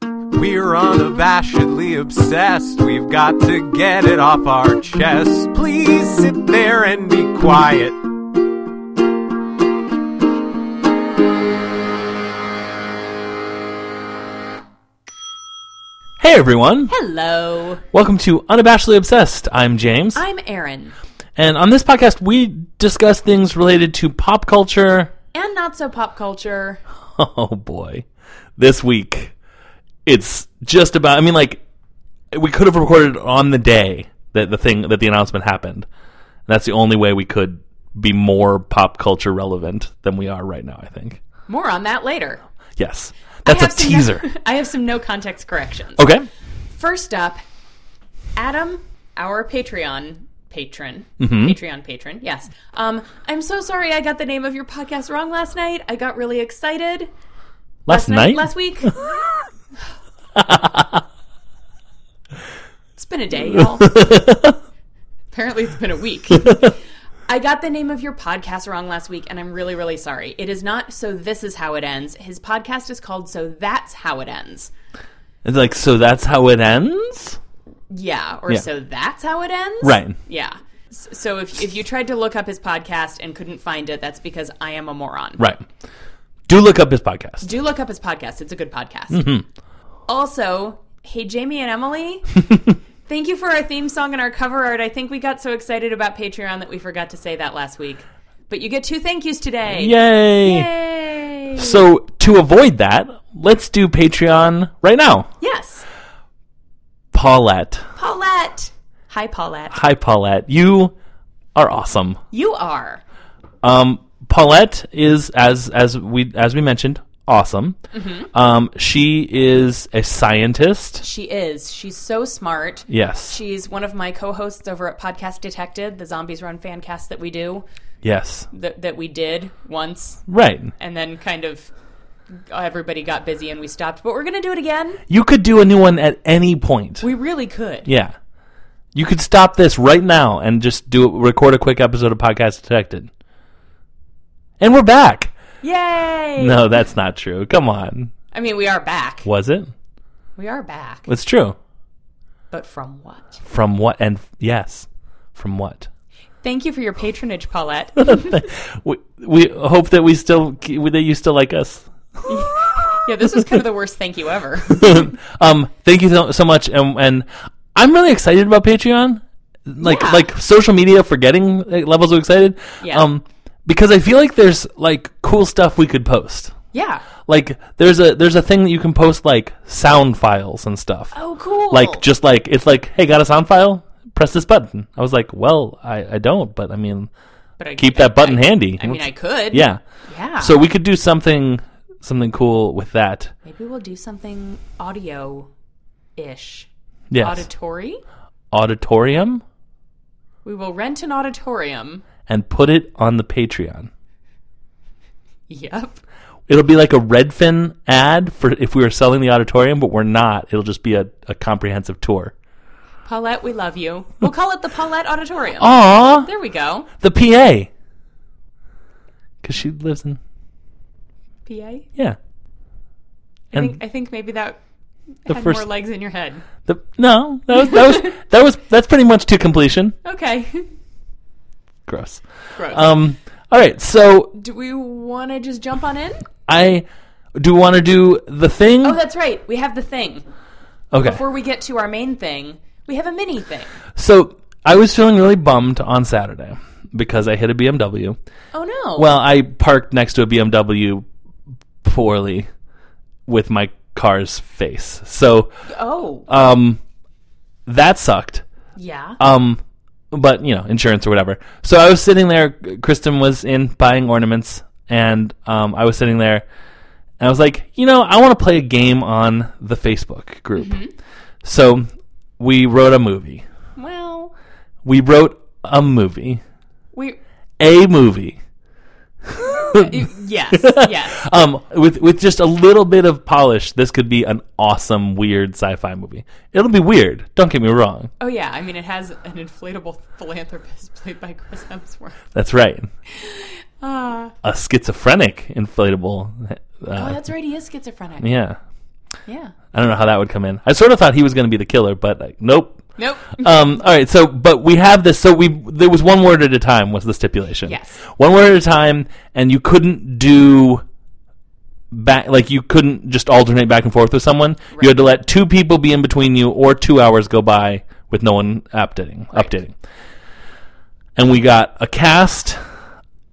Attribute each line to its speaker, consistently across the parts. Speaker 1: We're unabashedly obsessed. We've got to get it off our chest. Please sit there and be quiet.
Speaker 2: Hey everyone!
Speaker 3: Hello.
Speaker 2: Welcome to Unabashedly Obsessed. I'm James.
Speaker 3: I'm Aaron.
Speaker 2: and on this podcast, we discuss things related to pop culture.
Speaker 3: And not so pop culture.
Speaker 2: Oh boy. This week, it's just about, I mean, like, we could have recorded on the day that the thing, that the announcement happened. And that's the only way we could be more pop culture relevant than we are right now, I think.
Speaker 3: More on that later.
Speaker 2: Yes. That's
Speaker 3: I
Speaker 2: a
Speaker 3: have some no-
Speaker 2: teaser. Oh.
Speaker 3: I have some no context corrections.
Speaker 2: okay.
Speaker 3: First up, Adam, our Patreon patron,
Speaker 2: Mm-hmm.
Speaker 3: Patreon patron, yes. Um, I'm so sorry I got the name of your podcast wrong last night. I got really excited.
Speaker 2: Last, night?
Speaker 3: Last week? it's been a day, y'all. Apparently, it's been a week. I got the name of your podcast wrong last week, and I'm really, really sorry. It is not So This Is How It Ends. His podcast is called So That's How It Ends.
Speaker 2: It's like, so that's how it ends?
Speaker 3: Yeah, or
Speaker 2: Yeah.
Speaker 3: So That's How It Ends?
Speaker 2: Right.
Speaker 3: Yeah. S- So if, if you tried to look up his podcast and couldn't find it, that's because I am a moron.
Speaker 2: Right. Do look up his podcast.
Speaker 3: Do look up his podcast. It's a good podcast. Also, hey, Jamie and Emily, thank you for our theme song and our cover art. I think we got so excited about Patreon that we forgot to say that last week. But you get two thank yous today.
Speaker 2: Yay.
Speaker 3: Yay.
Speaker 2: So to avoid that, let's do Patreon right now.
Speaker 3: Yes.
Speaker 2: Paulette.
Speaker 3: Paulette. Hi, Paulette.
Speaker 2: Hi Paulette. You are awesome.
Speaker 3: You are.
Speaker 2: Um Paulette is as as we as we mentioned, awesome. Um she is a scientist.
Speaker 3: Mm-hmm. She is. She's so smart.
Speaker 2: Yes.
Speaker 3: She's one of my co-hosts over at Podcast Detected, the Zombies Run fan cast that we do,
Speaker 2: yes.
Speaker 3: that, that we did once,
Speaker 2: Right.
Speaker 3: and then kind of everybody got busy and we stopped. But we're gonna do it again.
Speaker 2: You could do a new one at any point.
Speaker 3: We really could.
Speaker 2: yeah. You could stop this right now and just do record a quick episode of Podcast Detected. And we're back.
Speaker 3: Yay!
Speaker 2: No, that's not true. Come on.
Speaker 3: I mean, we are back.
Speaker 2: Was it?
Speaker 3: We are back.
Speaker 2: It's true.
Speaker 3: But from what?
Speaker 2: From what? And yes, from what?
Speaker 3: Thank you for your patronage, Paulette.
Speaker 2: We, we hope that we still that you still like us.
Speaker 3: yeah, this was kind of the worst thank you ever.
Speaker 2: Um, thank you so, so much, and and I'm really excited about Patreon. Like
Speaker 3: Yeah.
Speaker 2: like social media for getting like, levels of excited.
Speaker 3: Yeah.
Speaker 2: Um, because I feel like there's like cool stuff we could post.
Speaker 3: Yeah.
Speaker 2: Like there's a there's a thing that you can post like sound files and stuff.
Speaker 3: Oh, cool.
Speaker 2: like just like it's like hey got a sound file press this button i was like well i, I don't but i mean
Speaker 3: but I,
Speaker 2: keep that button handy
Speaker 3: I mean, I could.
Speaker 2: yeah
Speaker 3: Yeah.
Speaker 2: so we could do something something cool with that
Speaker 3: maybe we'll do something audio-ish,
Speaker 2: yes
Speaker 3: auditory.
Speaker 2: auditorium
Speaker 3: We will rent an auditorium.
Speaker 2: and put it on the patreon
Speaker 3: Yep.
Speaker 2: it'll be like a redfin ad for if we were selling the auditorium but we're not it'll just be a, a comprehensive tour
Speaker 3: Paulette, we love you. We'll call it the Paulette Auditorium.
Speaker 2: Oh. Aw,
Speaker 3: There we go.
Speaker 2: the pa because she lives in
Speaker 3: PA.
Speaker 2: yeah
Speaker 3: I
Speaker 2: and
Speaker 3: think I think maybe that
Speaker 2: the
Speaker 3: had more
Speaker 2: first
Speaker 3: legs in your head.
Speaker 2: The, no, that was, that was that was that's pretty much to completion.
Speaker 3: Okay.
Speaker 2: Gross.
Speaker 3: Gross.
Speaker 2: Um. All right. So
Speaker 3: do we want to just jump on in?
Speaker 2: I do want to do the thing.
Speaker 3: Oh, that's right. We have the thing.
Speaker 2: okay.
Speaker 3: Before we get to our main thing, we have a mini thing.
Speaker 2: so I was feeling really bummed on Saturday because I hit a BMW.
Speaker 3: Oh no.
Speaker 2: Well, I parked next to a BMW poorly with my car's face. So
Speaker 3: oh,
Speaker 2: um, that sucked.
Speaker 3: yeah.
Speaker 2: Um, but you know, insurance or whatever. So I was sitting there. Kristen was in buying ornaments, and um, I was sitting there, and I was like, you know, I want to play a game on the Facebook group. So we wrote a movie.
Speaker 3: well,
Speaker 2: We wrote a movie,
Speaker 3: we
Speaker 2: a movie.
Speaker 3: yes, yes.
Speaker 2: Um, with with just a little bit of polish, this could be an awesome, weird sci-fi movie. It'll be weird. Don't get me wrong.
Speaker 3: Oh yeah. I mean, it has an inflatable philanthropist played by Chris Hemsworth.
Speaker 2: That's right.
Speaker 3: Ah.
Speaker 2: A schizophrenic inflatable. Uh,
Speaker 3: oh, that's right. He is schizophrenic.
Speaker 2: Yeah.
Speaker 3: Yeah.
Speaker 2: I don't know how that would come in. I sort of thought he was going to be the killer, but like, nope.
Speaker 3: Nope.
Speaker 2: Um, all right, so but we have this. So we there was one word at a time was the stipulation.
Speaker 3: Yes.
Speaker 2: one word at a time, and you couldn't do back like you couldn't just alternate back and forth with someone. You had to let two people be in between you, or two hours go by with no one updating. Updating, and we got a cast,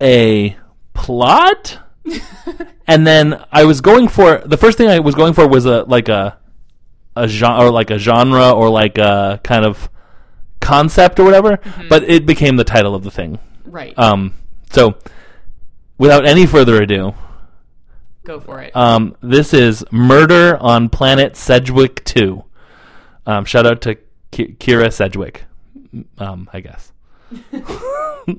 Speaker 2: a plot, and then I was going for the first thing I was going for was a like a a genre or like a genre or like a kind of concept or whatever, but it became the title of the thing.
Speaker 3: Right.
Speaker 2: Um, so, without any further ado,
Speaker 3: Go for it.
Speaker 2: um, this is Murder on Planet Sedgwick 2. Um, shout out to Ki Kira Sedgwick, um, I guess.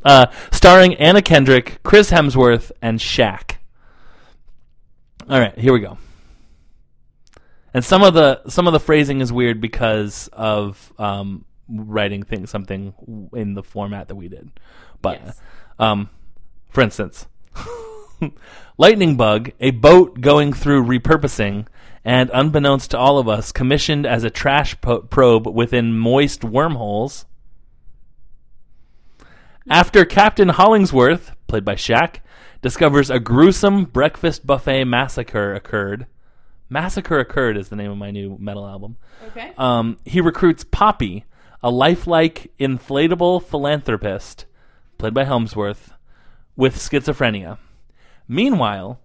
Speaker 2: uh, starring Anna Kendrick, Chris Hemsworth, and Shaq. All right, here we go. And some of the some of the phrasing is weird because of um, writing things something in the format that we did, but
Speaker 3: Yes.
Speaker 2: um, for instance, lightning bug, a boat going through repurposing, and unbeknownst to all of us, commissioned as a trash po- probe within moist wormholes. After Captain Hollingsworth, played by Shaq, discovers a gruesome breakfast buffet massacre occurred. Massacre Occurred is the name of my new metal album.
Speaker 3: okay.
Speaker 2: Um, he recruits Poppy, a lifelike inflatable philanthropist, played by Helmsworth, with schizophrenia. Meanwhile,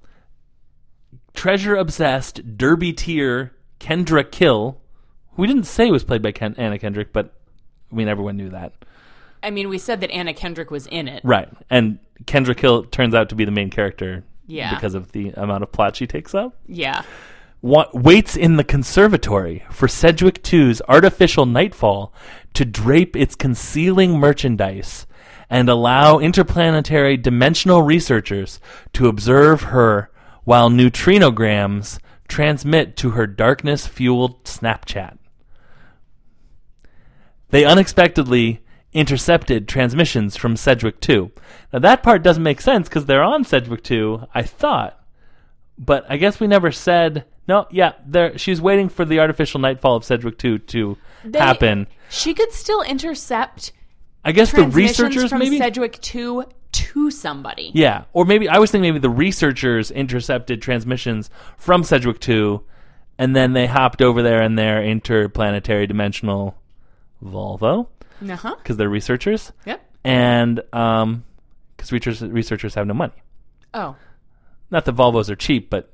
Speaker 2: treasure obsessed Derby tier Kendra Kill, who we didn't say was played by Ken- Anna Kendrick, but I mean, everyone knew that.
Speaker 3: I mean, we said that Anna Kendrick was in it.
Speaker 2: Right. And Kendra Kill turns out to be the main character
Speaker 3: Yeah.
Speaker 2: because of the amount of plot she takes up.
Speaker 3: Yeah.
Speaker 2: wa- waits in the conservatory for Sedgwick 2's artificial nightfall to drape its concealing merchandise and allow interplanetary dimensional researchers to observe her while neutrinograms transmit to her darkness fueled Snapchat. They unexpectedly intercepted transmissions from Sedgwick 2. Now, that part doesn't make sense because they're on Sedgwick 2, I thought but I guess we never said no. Yeah, there she's waiting for the artificial nightfall of Sedgwick Two to happen.
Speaker 3: She could still intercept
Speaker 2: I guess the
Speaker 3: transmissions
Speaker 2: researchers
Speaker 3: from
Speaker 2: maybe.
Speaker 3: Sedgwick to to somebody.
Speaker 2: yeah, or maybe I was thinking maybe the researchers intercepted transmissions from Sedgwick Two, and then they hopped over there in their interplanetary dimensional Volvo
Speaker 3: Uh huh.
Speaker 2: because they're researchers,
Speaker 3: Yep.
Speaker 2: and um, because researchers researchers have no money.
Speaker 3: Oh.
Speaker 2: Not that Volvos are cheap, but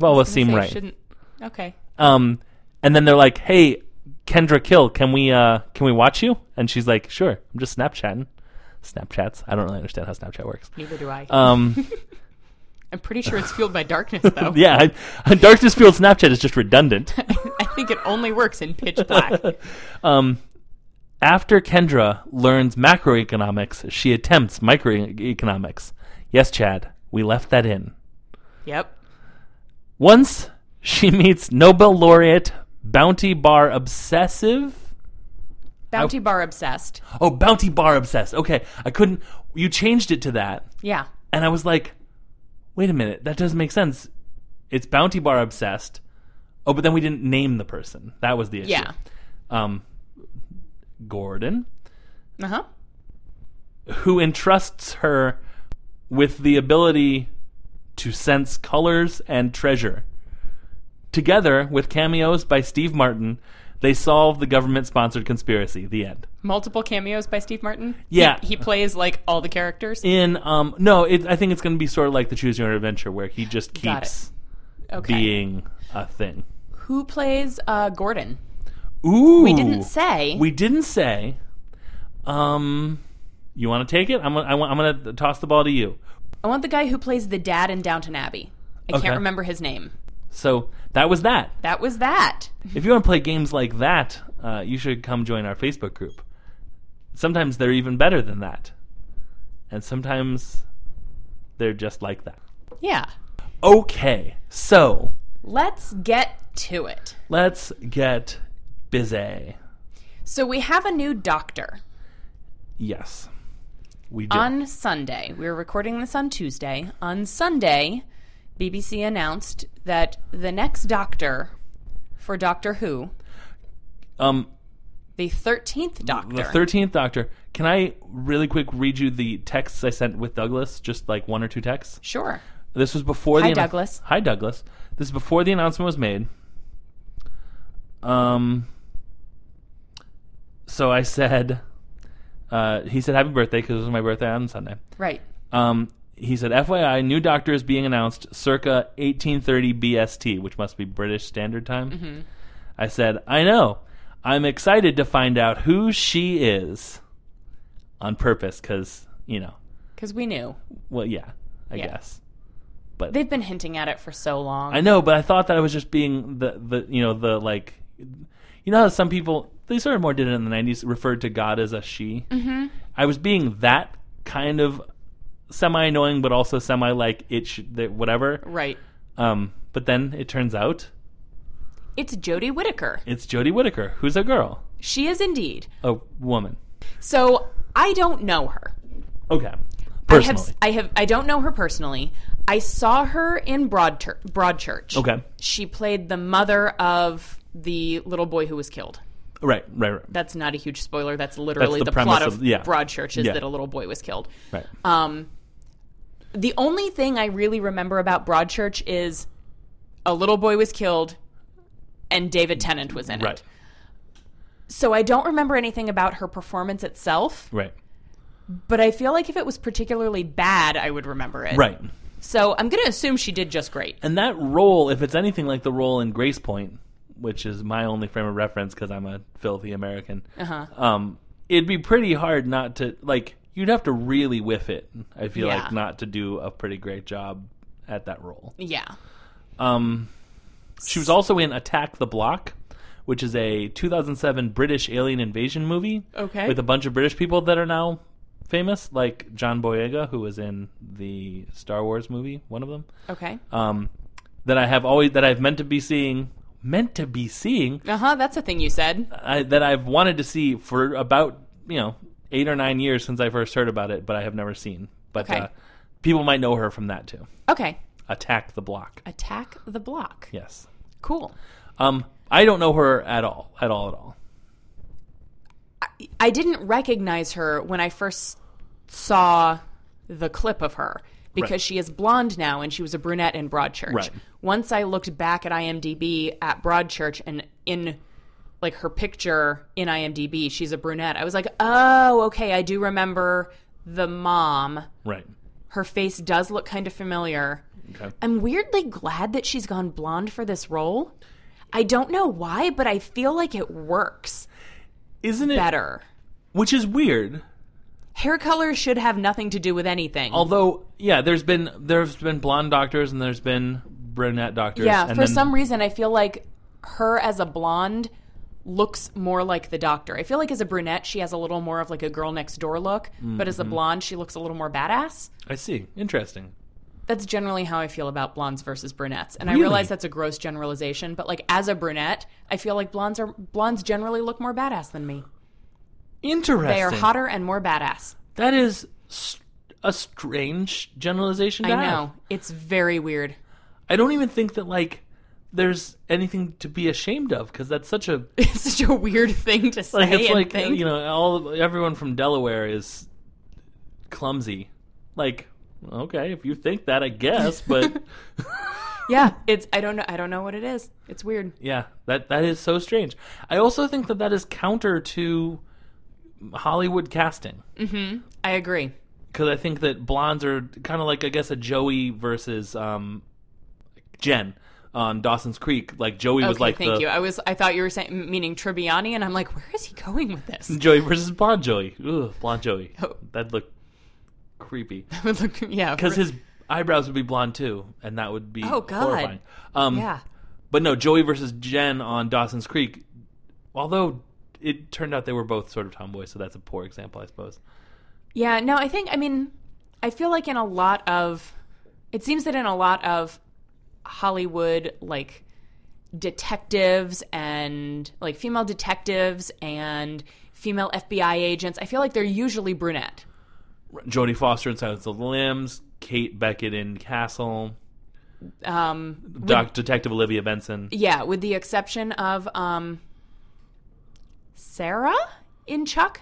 Speaker 2: Volvos seem
Speaker 3: Say
Speaker 2: right.
Speaker 3: Shouldn't. Okay.
Speaker 2: Um, and then they're like, "Hey, Kendra Kill, can we uh, can we watch you?" And she's like, "Sure, I'm just Snapchatting." Snapchats. I don't really understand how Snapchat works.
Speaker 3: Neither do I.
Speaker 2: Um,
Speaker 3: I'm pretty sure it's fueled by darkness, though.
Speaker 2: yeah, I, darkness field Snapchat is just redundant.
Speaker 3: I think it only works in pitch black.
Speaker 2: Um, after Kendra learns macroeconomics, she attempts microeconomics. Yes, Chad, we left that in.
Speaker 3: yep.
Speaker 2: Once she meets Nobel laureate Bounty Bar Obsessive.
Speaker 3: Bounty bar obsessed.
Speaker 2: Oh, Bounty Bar Obsessed. Okay, I couldn't. You changed it to that.
Speaker 3: Yeah.
Speaker 2: And I was like, wait a minute, that doesn't make sense. It's Bounty Bar obsessed. Oh, but then we didn't name the person. That was the issue.
Speaker 3: Yeah.
Speaker 2: Um, Gordon,
Speaker 3: Uh huh.
Speaker 2: who entrusts her with the ability to sense colors and treasure. Together with cameos by Steve Martin, they solve the government sponsored conspiracy. The end.
Speaker 3: Multiple cameos by Steve Martin.
Speaker 2: Yeah.
Speaker 3: He, he plays like all the characters.
Speaker 2: In um no, it, I think it's going to be sort of like the Choose Your Own Adventure, where he just
Speaker 3: Got it.
Speaker 2: keeps
Speaker 3: okay.
Speaker 2: being a thing.
Speaker 3: Who plays uh, Gordon?
Speaker 2: Ooh.
Speaker 3: We didn't say.
Speaker 2: We didn't say. Um, you want to take it? I'm gonna, I want, I'm gonna toss the ball to you.
Speaker 3: I want the guy who plays the dad in Downton Abbey. I
Speaker 2: Okay.
Speaker 3: can't remember his name.
Speaker 2: So that was that.
Speaker 3: That was that.
Speaker 2: If you want to play games like that, uh, you should come join our Facebook group. Sometimes they're even better than that, and sometimes they're just like that.
Speaker 3: Yeah.
Speaker 2: Okay, so
Speaker 3: Let's get to it.
Speaker 2: let's get busy.
Speaker 3: So we have a new doctor
Speaker 2: Yes, we do.
Speaker 3: on Sunday. We were recording this on Tuesday. On Sunday, BBC announced that the next doctor for Doctor Who,
Speaker 2: Um,
Speaker 3: the 13th Doctor.
Speaker 2: the thirteenth Doctor. Can I really quick read you the texts I sent with Douglas? Just like one or two texts.
Speaker 3: sure.
Speaker 2: This was before the
Speaker 3: Hi,
Speaker 2: annou-
Speaker 3: Douglas.
Speaker 2: Hi Douglas. This is before the announcement was made. Um. So I said, uh, he said happy birthday because it was my birthday on Sunday.
Speaker 3: Right.
Speaker 2: Um, he said, FYI, new doctor is being announced circa 1830 BST, which must be British Standard Time.
Speaker 3: Mm-hmm.
Speaker 2: I said, I know. I'm excited to find out who she is on purpose because, you know,
Speaker 3: Because we knew.
Speaker 2: well, yeah, I
Speaker 3: Yeah.
Speaker 2: guess.
Speaker 3: They've been hinting at it for so long.
Speaker 2: I know, but I thought that I was just being the, the you know, the like, you know how some people, they sort of more did it in the 90s, referred to God as a she? Mm-hmm. I was being that kind of semi annoying, but also semi like it should, that whatever.
Speaker 3: Right.
Speaker 2: Um, but then it turns out
Speaker 3: It's Jodie Whittaker.
Speaker 2: it's Jodie Whittaker, who's a girl,
Speaker 3: She is indeed.
Speaker 2: a woman.
Speaker 3: So I don't know her.
Speaker 2: Okay, personally.
Speaker 3: I have, I have I don't know her personally. I saw her in Broadchurch. Broadchurch.
Speaker 2: okay,
Speaker 3: She played the mother of the little boy who was killed.
Speaker 2: right, right, right.
Speaker 3: That's not a huge spoiler. That's literally
Speaker 2: the
Speaker 3: the,
Speaker 2: premise
Speaker 3: plot of,
Speaker 2: of- yeah.
Speaker 3: Broadchurch is
Speaker 2: Yeah.
Speaker 3: that a little boy was killed.
Speaker 2: Right.
Speaker 3: Um, the only thing I really remember about Broadchurch is a little boy was killed and David Tennant was in
Speaker 2: right,
Speaker 3: it. So I don't remember anything about her performance itself,
Speaker 2: right,
Speaker 3: but I feel like if it was particularly bad, I would remember it.
Speaker 2: right.
Speaker 3: So I'm going to assume she did just great.
Speaker 2: And that role, if it's anything like the role in Grace Point, which is my only frame of reference because I'm a filthy American,
Speaker 3: Uh-huh.
Speaker 2: um, it'd be pretty hard not to like. You'd have to really whiff it. I feel
Speaker 3: Yeah.
Speaker 2: like not to do a pretty great job at that role.
Speaker 3: Yeah.
Speaker 2: Um, she was also in Attack the Block, which is a 2007 British alien invasion movie.
Speaker 3: Okay.
Speaker 2: With a bunch of British people that are now famous, like John Boyega, who was in the Star Wars movie, one of them.
Speaker 3: Okay.
Speaker 2: Um, that I have always that I've meant to be seeing, meant to be seeing,
Speaker 3: Uh huh. That's a thing you said.
Speaker 2: I, that I've wanted to see for about you know eight or nine years since I first heard about it, but I have never seen. But
Speaker 3: Okay.
Speaker 2: uh, people might know her from that too.
Speaker 3: Okay.
Speaker 2: Attack the Block.
Speaker 3: Attack the block.
Speaker 2: Yes.
Speaker 3: Cool.
Speaker 2: Um, I don't know her at all, at all, at all.
Speaker 3: I didn't recognize her when I first saw the clip of her because
Speaker 2: Right.
Speaker 3: she is blonde now and she was a brunette in Broadchurch.
Speaker 2: Right.
Speaker 3: Once I looked back at IMDb at Broadchurch and in like her picture in IMDb, she's a brunette. I was like, "Oh, okay, I do remember the mom.
Speaker 2: Right.
Speaker 3: Her face does look kind of familiar."
Speaker 2: Okay.
Speaker 3: I'm weirdly glad that she's gone blonde for this role. I don't know why, but I feel like it works
Speaker 2: Isn't it?
Speaker 3: better.
Speaker 2: Which is weird.
Speaker 3: hair color should have nothing to do with anything.
Speaker 2: Although, yeah, there's been there's been blonde doctors and there's been brunette doctors.
Speaker 3: yeah,
Speaker 2: and
Speaker 3: for
Speaker 2: then-
Speaker 3: some reason, I feel like her as a blonde looks more like the doctor. I feel like as a brunette, she has a little more of like a girl next door look, but
Speaker 2: Mm-hmm.
Speaker 3: as a blonde, she looks a little more badass.
Speaker 2: I see. Interesting.
Speaker 3: That's generally how I feel about blondes versus brunettes. And
Speaker 2: Really?
Speaker 3: I realize that's a gross generalization, but like as a brunette, I feel like blondes are blondes generally look more badass than me.
Speaker 2: Interesting.
Speaker 3: They are hotter and more badass.
Speaker 2: That is st- a strange generalization. To
Speaker 3: I
Speaker 2: have.
Speaker 3: know. It's very weird.
Speaker 2: I don't even think that like there's anything to be ashamed of because that's such a
Speaker 3: It's such a weird thing to say
Speaker 2: like it's
Speaker 3: and
Speaker 2: like
Speaker 3: think.
Speaker 2: you know all everyone from Delaware is clumsy. Like okay, if you think that, I guess, but.
Speaker 3: yeah, it's I don't know I don't know what it is. It's weird.
Speaker 2: Yeah, that that is so strange. I also think that that is counter to Hollywood casting
Speaker 3: I agree.
Speaker 2: because I think that blondes are kind of like I guess a Joey versus um, Jen on Dawson's Creek. Like Joey was
Speaker 3: Okay,
Speaker 2: like
Speaker 3: thank
Speaker 2: the
Speaker 3: you. I was I thought you were saying meaning Tribbiani, and I'm like, where is he going with this?
Speaker 2: Joey versus blonde Joey. Ugh, blonde Joey.
Speaker 3: Oh.
Speaker 2: That looked creepy
Speaker 3: yeah,
Speaker 2: because his eyebrows would be blonde too, and that would be
Speaker 3: Oh, God.
Speaker 2: horrifying. Um,
Speaker 3: yeah,
Speaker 2: But no, Joey versus Jen on Dawson's Creek. Although it turned out they were both sort of tomboys, so that's a poor example, I suppose.
Speaker 3: yeah. No, I think I mean I feel like in a lot of it seems that in a lot of Hollywood like detectives and like female detectives and female FBI agents, I feel like they're usually brunette.
Speaker 2: Jodie Foster in Silence of the Lambs, Kate Beckett in Castle.
Speaker 3: um,
Speaker 2: Doc, Detective Olivia Benson.
Speaker 3: yeah, with the exception of um, Sarah in Chuck.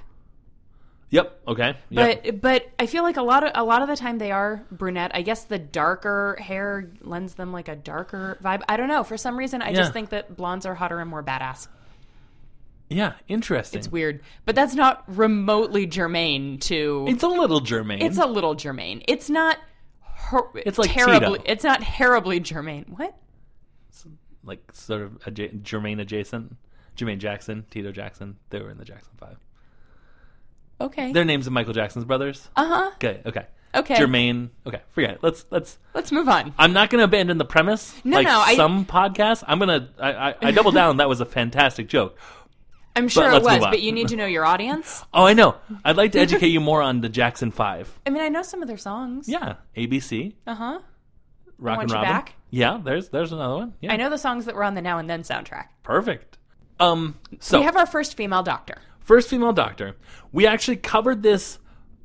Speaker 2: Yep. Okay. Yep.
Speaker 3: But but I feel like a lot of a lot of the time they are brunette. I guess the darker hair lends them like a darker vibe. I don't know. For some reason, I
Speaker 2: Yeah.
Speaker 3: just think that blondes are hotter and more badass.
Speaker 2: yeah. Interesting.
Speaker 3: It's weird, but that's not remotely germane to. It's,
Speaker 2: It's a little germane.
Speaker 3: a little germane. It's not. Her-
Speaker 2: It's like
Speaker 3: terribly.
Speaker 2: Cheeto.
Speaker 3: It's not terribly germane. What?
Speaker 2: like sort of adja- germane adjacent. Jermaine Jackson, Tito Jackson. They were in the Jackson Five.
Speaker 3: Okay.
Speaker 2: Their names are Michael Jackson's brothers.
Speaker 3: Uh huh.
Speaker 2: Okay. Okay.
Speaker 3: Okay.
Speaker 2: Jermaine. Okay. Forget it. Let's let's.
Speaker 3: Let's move on.
Speaker 2: I'm not going to abandon the premise.
Speaker 3: No,
Speaker 2: like
Speaker 3: no, I-
Speaker 2: some podcasts. I'm gonna. I, I, I double down. That was a fantastic joke.
Speaker 3: I'm sure it
Speaker 2: let's move
Speaker 3: was,
Speaker 2: on.
Speaker 3: but you need to know your audience.
Speaker 2: Oh, I know. I'd like to educate you more on the Jackson Five.
Speaker 3: I mean, I know some of their songs.
Speaker 2: Yeah, ABC,
Speaker 3: Uh huh.
Speaker 2: Rock
Speaker 3: Want
Speaker 2: and
Speaker 3: You
Speaker 2: Robin.
Speaker 3: Back?
Speaker 2: Yeah, there's there's another one. Yeah,
Speaker 3: I know the songs that were on the Now and Then soundtrack.
Speaker 2: perfect. Um, so
Speaker 3: We have our first female doctor.
Speaker 2: first female doctor. We actually covered this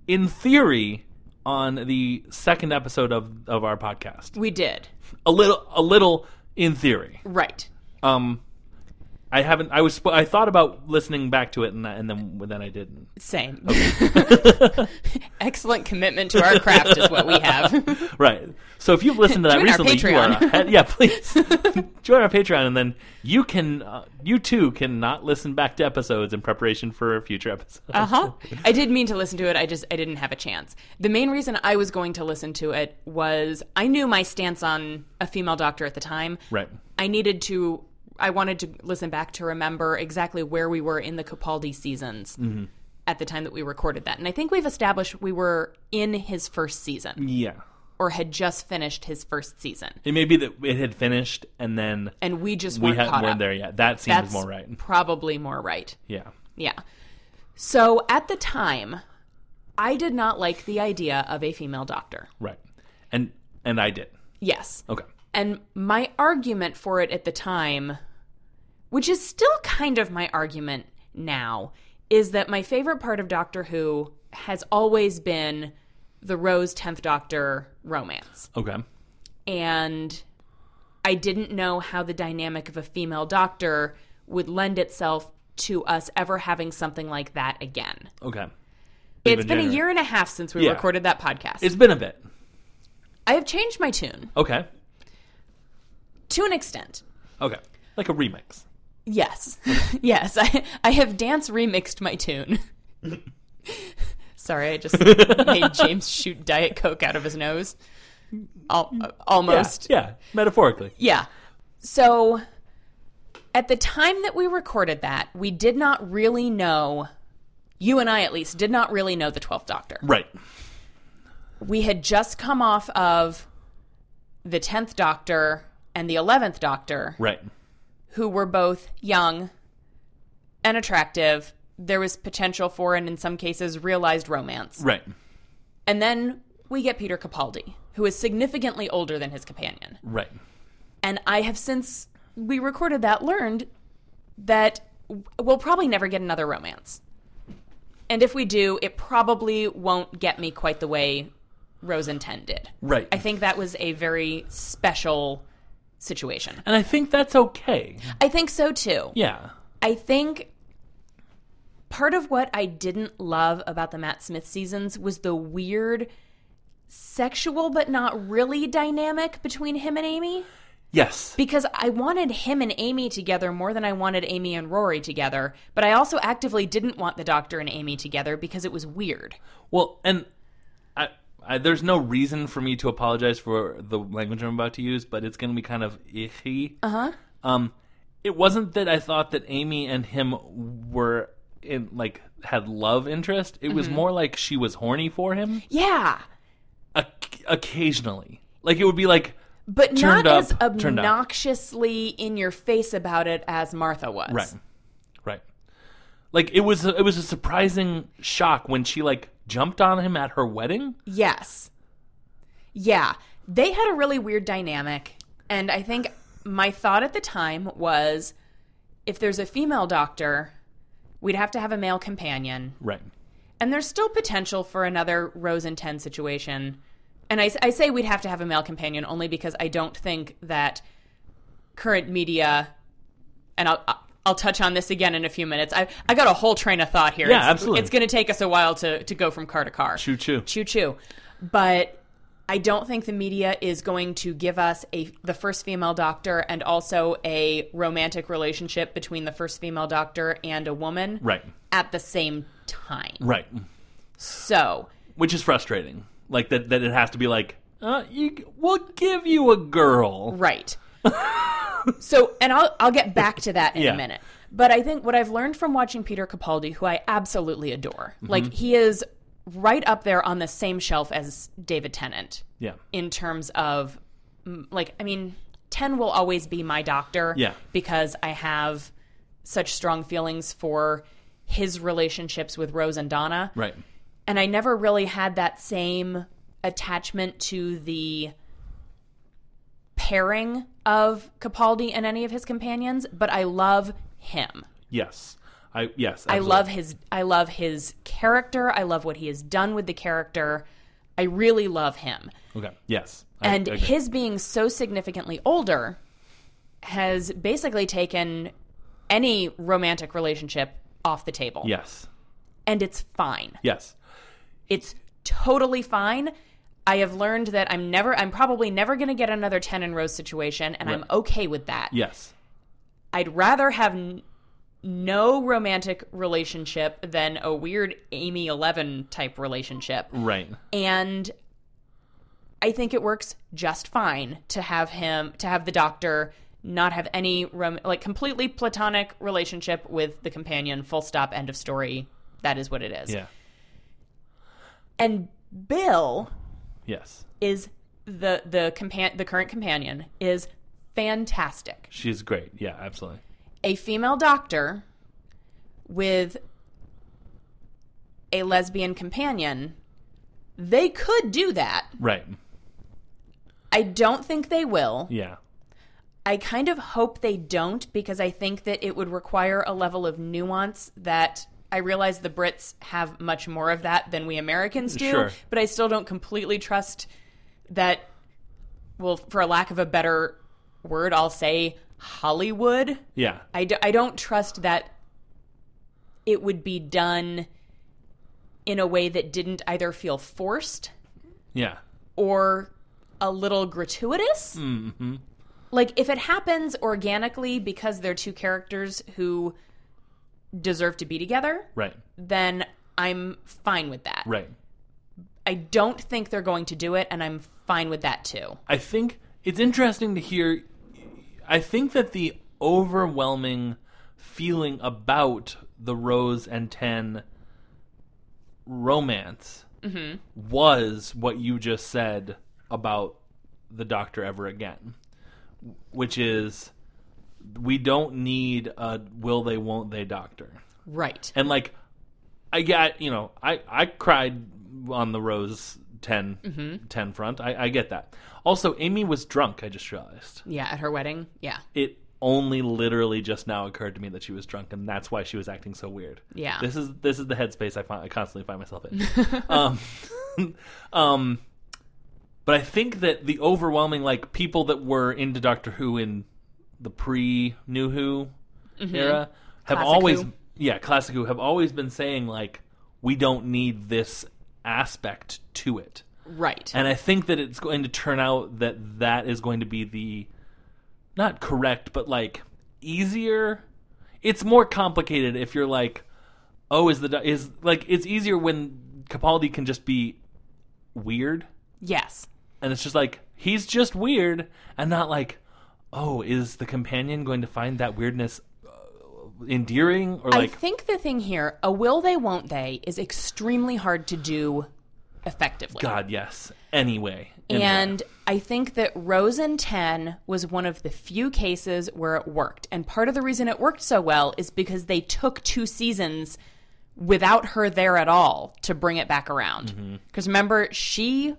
Speaker 2: in theory on the second episode of of our podcast.
Speaker 3: We did.
Speaker 2: A little, a little in theory.
Speaker 3: Right.
Speaker 2: Um, I haven't. I was. spo- I thought about listening back to it, and and then then I didn't.
Speaker 3: Same. Excellent commitment to our craft is what we have.
Speaker 2: Right. So if you've listened to that
Speaker 3: Join our
Speaker 2: recently, you are
Speaker 3: Patreon.
Speaker 2: ahead. yeah, please join our Patreon, and then you can, uh, you too, can not listen back to episodes in preparation for a future episode.
Speaker 3: Uh huh. I did mean to listen to it. I just I didn't have a chance. The main reason I was going to listen to it was I knew my stance on a female doctor at the time.
Speaker 2: Right.
Speaker 3: I needed to. I wanted to listen back to remember exactly where we were in the Capaldi seasons
Speaker 2: Mm-hmm.
Speaker 3: at the time that we recorded that, and I think we've established we were in his first season
Speaker 2: Yeah.
Speaker 3: or had just finished his first season,
Speaker 2: It may be that it had finished, and then
Speaker 3: and we just
Speaker 2: we
Speaker 3: weren't
Speaker 2: had,
Speaker 3: caught
Speaker 2: weren't
Speaker 3: up.
Speaker 2: there yet. That seems
Speaker 3: That's
Speaker 2: more right.
Speaker 3: probably more right.
Speaker 2: Yeah.
Speaker 3: Yeah. So at the time, I did not like the idea of a female doctor.
Speaker 2: Right. And and I did.
Speaker 3: Yes.
Speaker 2: Okay.
Speaker 3: And my argument for it at the time, which is still kind of my argument now, is that my favorite part of Doctor Who has always been the Rose 10th Doctor romance.
Speaker 2: Okay.
Speaker 3: And I didn't know how the dynamic of a female doctor would lend itself to us ever having something like that again.
Speaker 2: Okay.
Speaker 3: It's
Speaker 2: in
Speaker 3: been a
Speaker 2: January.
Speaker 3: year and a half since we
Speaker 2: Yeah.
Speaker 3: recorded that podcast.
Speaker 2: It's been a bit.
Speaker 3: I have changed my tune
Speaker 2: Okay.
Speaker 3: to an extent.
Speaker 2: Okay. Like a remix.
Speaker 3: Yes. yes. I, I have dance remixed my tune. Sorry, I just made James shoot Diet Coke out of his nose. Al- uh,
Speaker 2: Yeah.
Speaker 3: almost.
Speaker 2: Yeah. Metaphorically.
Speaker 3: Yeah. So at the time that we recorded that, we did not really know, you and I at least, did not really know the 12th Doctor.
Speaker 2: Right.
Speaker 3: we had just come off of the 10th doctor and the 11th doctor
Speaker 2: Right.
Speaker 3: who were both young and attractive there was potential for and in some cases realized romance
Speaker 2: Right.
Speaker 3: and then we get peter capaldi who is significantly older than his companion
Speaker 2: Right.
Speaker 3: and i have since we recorded that learned that w- we'll probably never get another romance and if we do it probably won't get me quite the way rose and ten did
Speaker 2: Right.
Speaker 3: I think that was a very special situation.
Speaker 2: and I think that's okay.
Speaker 3: I think so too.
Speaker 2: Yeah.
Speaker 3: I think part of what I didn't love about the Matt Smith seasons was the weird sexual but not really dynamic between him and Amy
Speaker 2: Yes.
Speaker 3: because I wanted him and Amy together more than I wanted Amy and Rory together, but I also actively didn't want the doctor and Amy together because it was weird.
Speaker 2: Well, and I, I there's no reason for me to apologize for the language I'm about to use, but it's going to be kind of icky. Uh huh. Um, it wasn't that I thought that Amy and him were in like had love interest. It was more like she was horny for him
Speaker 3: Yeah.
Speaker 2: o- occasionally. Like it would be like
Speaker 3: But not
Speaker 2: Turned up,
Speaker 3: as
Speaker 2: turned up.
Speaker 3: obnoxiously in your face about it as Martha was.
Speaker 2: right, right. Like it was a, it was a surprising shock when she like jumped on him at her wedding.
Speaker 3: Yes. Yeah. They had a really weird dynamic. And I think my thought at the time was if there's a female doctor, we'd have to have a male companion.
Speaker 2: Right.
Speaker 3: And there's still potential for another Rose and 10 situation. and I, I say we'd have to have a male companion only because I don't think that current media, and I'll I'll touch on this again in a few minutes. I I got a whole train of thought here.
Speaker 2: Yeah,
Speaker 3: It's-
Speaker 2: absolutely.
Speaker 3: It's going to take us a while to to go from car to car.
Speaker 2: Choo choo.
Speaker 3: choo choo, but. I don't think the media is going to give us a the first female doctor and also a romantic relationship between the first female doctor and a woman
Speaker 2: Right.
Speaker 3: at the same time.
Speaker 2: Right.
Speaker 3: So,
Speaker 2: Which is frustrating. Like that that it has to be like, uh, you, we'll give you a girl.
Speaker 3: Right. so, and I'll I'll get back to that in
Speaker 2: Yeah.
Speaker 3: a minute. But I think what I've learned from watching Peter Capaldi, who I absolutely adore,
Speaker 2: Mm-hmm.
Speaker 3: like he is right up there on the same shelf as David Tennant
Speaker 2: Yeah.
Speaker 3: in terms of mm, like I mean, 10 will always be my doctor
Speaker 2: Yeah.
Speaker 3: because I have such strong feelings for his relationships with Rose and Donna
Speaker 2: Right.
Speaker 3: and I never really had that same attachment to the pairing of Capaldi and any of his companions, but I love him.
Speaker 2: Yes. I yes.
Speaker 3: I love his I love his character. I love what he has done with the character. I really love him.
Speaker 2: Okay. Yes. I-
Speaker 3: And
Speaker 2: I agree.
Speaker 3: his being so significantly older has basically taken any romantic relationship off the table.
Speaker 2: Yes.
Speaker 3: And it's fine.
Speaker 2: Yes.
Speaker 3: It's totally fine. I have learned that I'm never, I'm probably never going to get another 10 and Rose situation, and I'm
Speaker 2: Right.
Speaker 3: okay with that.
Speaker 2: Yes.
Speaker 3: I'd rather have n- no romantic relationship than a weird Amy 11 type relationship.
Speaker 2: Right.
Speaker 3: And I think it works just fine to have him, to have the doctor not have any, rom- like, completely platonic relationship with the companion, full stop, end of story. That is what it is.
Speaker 2: Yeah.
Speaker 3: And Bill.
Speaker 2: Yes.
Speaker 3: is the the compan- the current companion is fantastic.
Speaker 2: She's great. Yeah. Absolutely.
Speaker 3: A female doctor with a lesbian companion, they could do that.
Speaker 2: Right.
Speaker 3: I don't think they will.
Speaker 2: Yeah.
Speaker 3: I kind of hope they don't because I think that it would require a level of nuance that I realize the Brits have much more of that than we Americans do,
Speaker 2: Sure.
Speaker 3: but I still don't completely trust that. Well, for a lack of a better word, I'll say Hollywood.
Speaker 2: Yeah.
Speaker 3: I, d- I don't trust that it would be done in a way that didn't either feel forced
Speaker 2: Yeah.
Speaker 3: or a little gratuitous. Mm-hmm. Like if it happens organically because they're two characters who deserve to be together,
Speaker 2: Right.
Speaker 3: then I'm fine with that.
Speaker 2: Right.
Speaker 3: I don't think they're going to do it, and I'm fine with that too.
Speaker 2: I think it's interesting to hear. I think that the overwhelming feeling about the Rose and Ten romance was what you just said about the Doctor ever again, which is we don't need a will they won't they doctor.
Speaker 3: Right.
Speaker 2: And like, I got you know, I I cried on the Rose 10, 10 front. I, I get that. Also, Amy was drunk. I just realized
Speaker 3: Yeah, at her wedding. Yeah.
Speaker 2: it only literally just now occurred to me that she was drunk, and that's why she was acting so weird.
Speaker 3: Yeah.
Speaker 2: this is this is the headspace I find I constantly find myself in. um, um, but I think that the overwhelming like people that were into Doctor Who in the pre New Who era have
Speaker 3: Mm-hmm. Classic
Speaker 2: always
Speaker 3: Who.
Speaker 2: yeah classic Who have always been saying like we don't need this aspect to it.
Speaker 3: Right.
Speaker 2: And I think that it's going to turn out that that is going to be the not correct, but like easier. It's more complicated if you're like, oh, is the do- is like it's easier when Capaldi can just be weird,
Speaker 3: yes.
Speaker 2: and it's just like he's just weird, and not like, oh, is the companion going to find that weirdness uh, endearing or like
Speaker 3: I think the thing here, a will they won't they, is extremely hard to do effectively.
Speaker 2: God, yes, anyway, in there.
Speaker 3: And I think that Rose and 10 was one of the few cases where it worked. And part of the reason it worked so well is because they took two seasons without her there at all to bring it back around. Because remember, she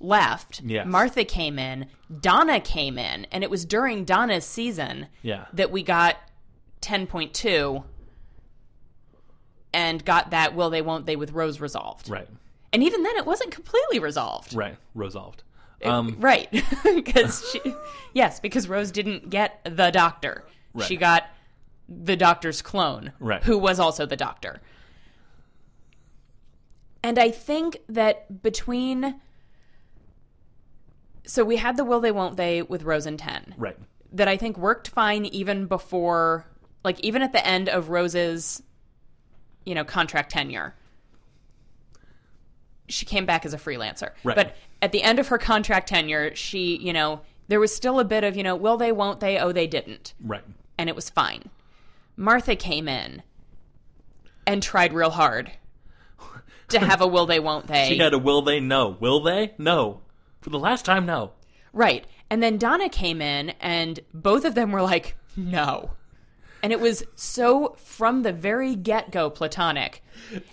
Speaker 3: left,
Speaker 2: Mm-hmm. Yes.
Speaker 3: Martha came in, Donna came in, and it was during Donna's season
Speaker 2: yeah,
Speaker 3: that we got 10.2 and got that will they won't they with Rose resolved.
Speaker 2: right,
Speaker 3: And even then, it wasn't completely resolved.
Speaker 2: Right. Resolved. Um,
Speaker 3: Right. Because she, yes, because Rose didn't get the doctor.
Speaker 2: Right.
Speaker 3: She got the doctor's clone,
Speaker 2: Right.
Speaker 3: who was also the doctor. And I think that between. So we had the will they, won't they with Rose and 10
Speaker 2: right.
Speaker 3: that I think worked fine even before, like, even at the end of Rose's, you know, contract tenure. She came back as a freelancer.
Speaker 2: Right.
Speaker 3: But at the end of her contract tenure, she, you know, there was still a bit of, you know, will they, won't they, oh, they didn't.
Speaker 2: Right.
Speaker 3: And it was fine. Martha came in and tried real hard to have a will they, won't they.
Speaker 2: She had a will they? No. Will they? No. For the last time, no.
Speaker 3: Right. And then Donna came in, and both of them were like, no. And it was so from the very get go platonic.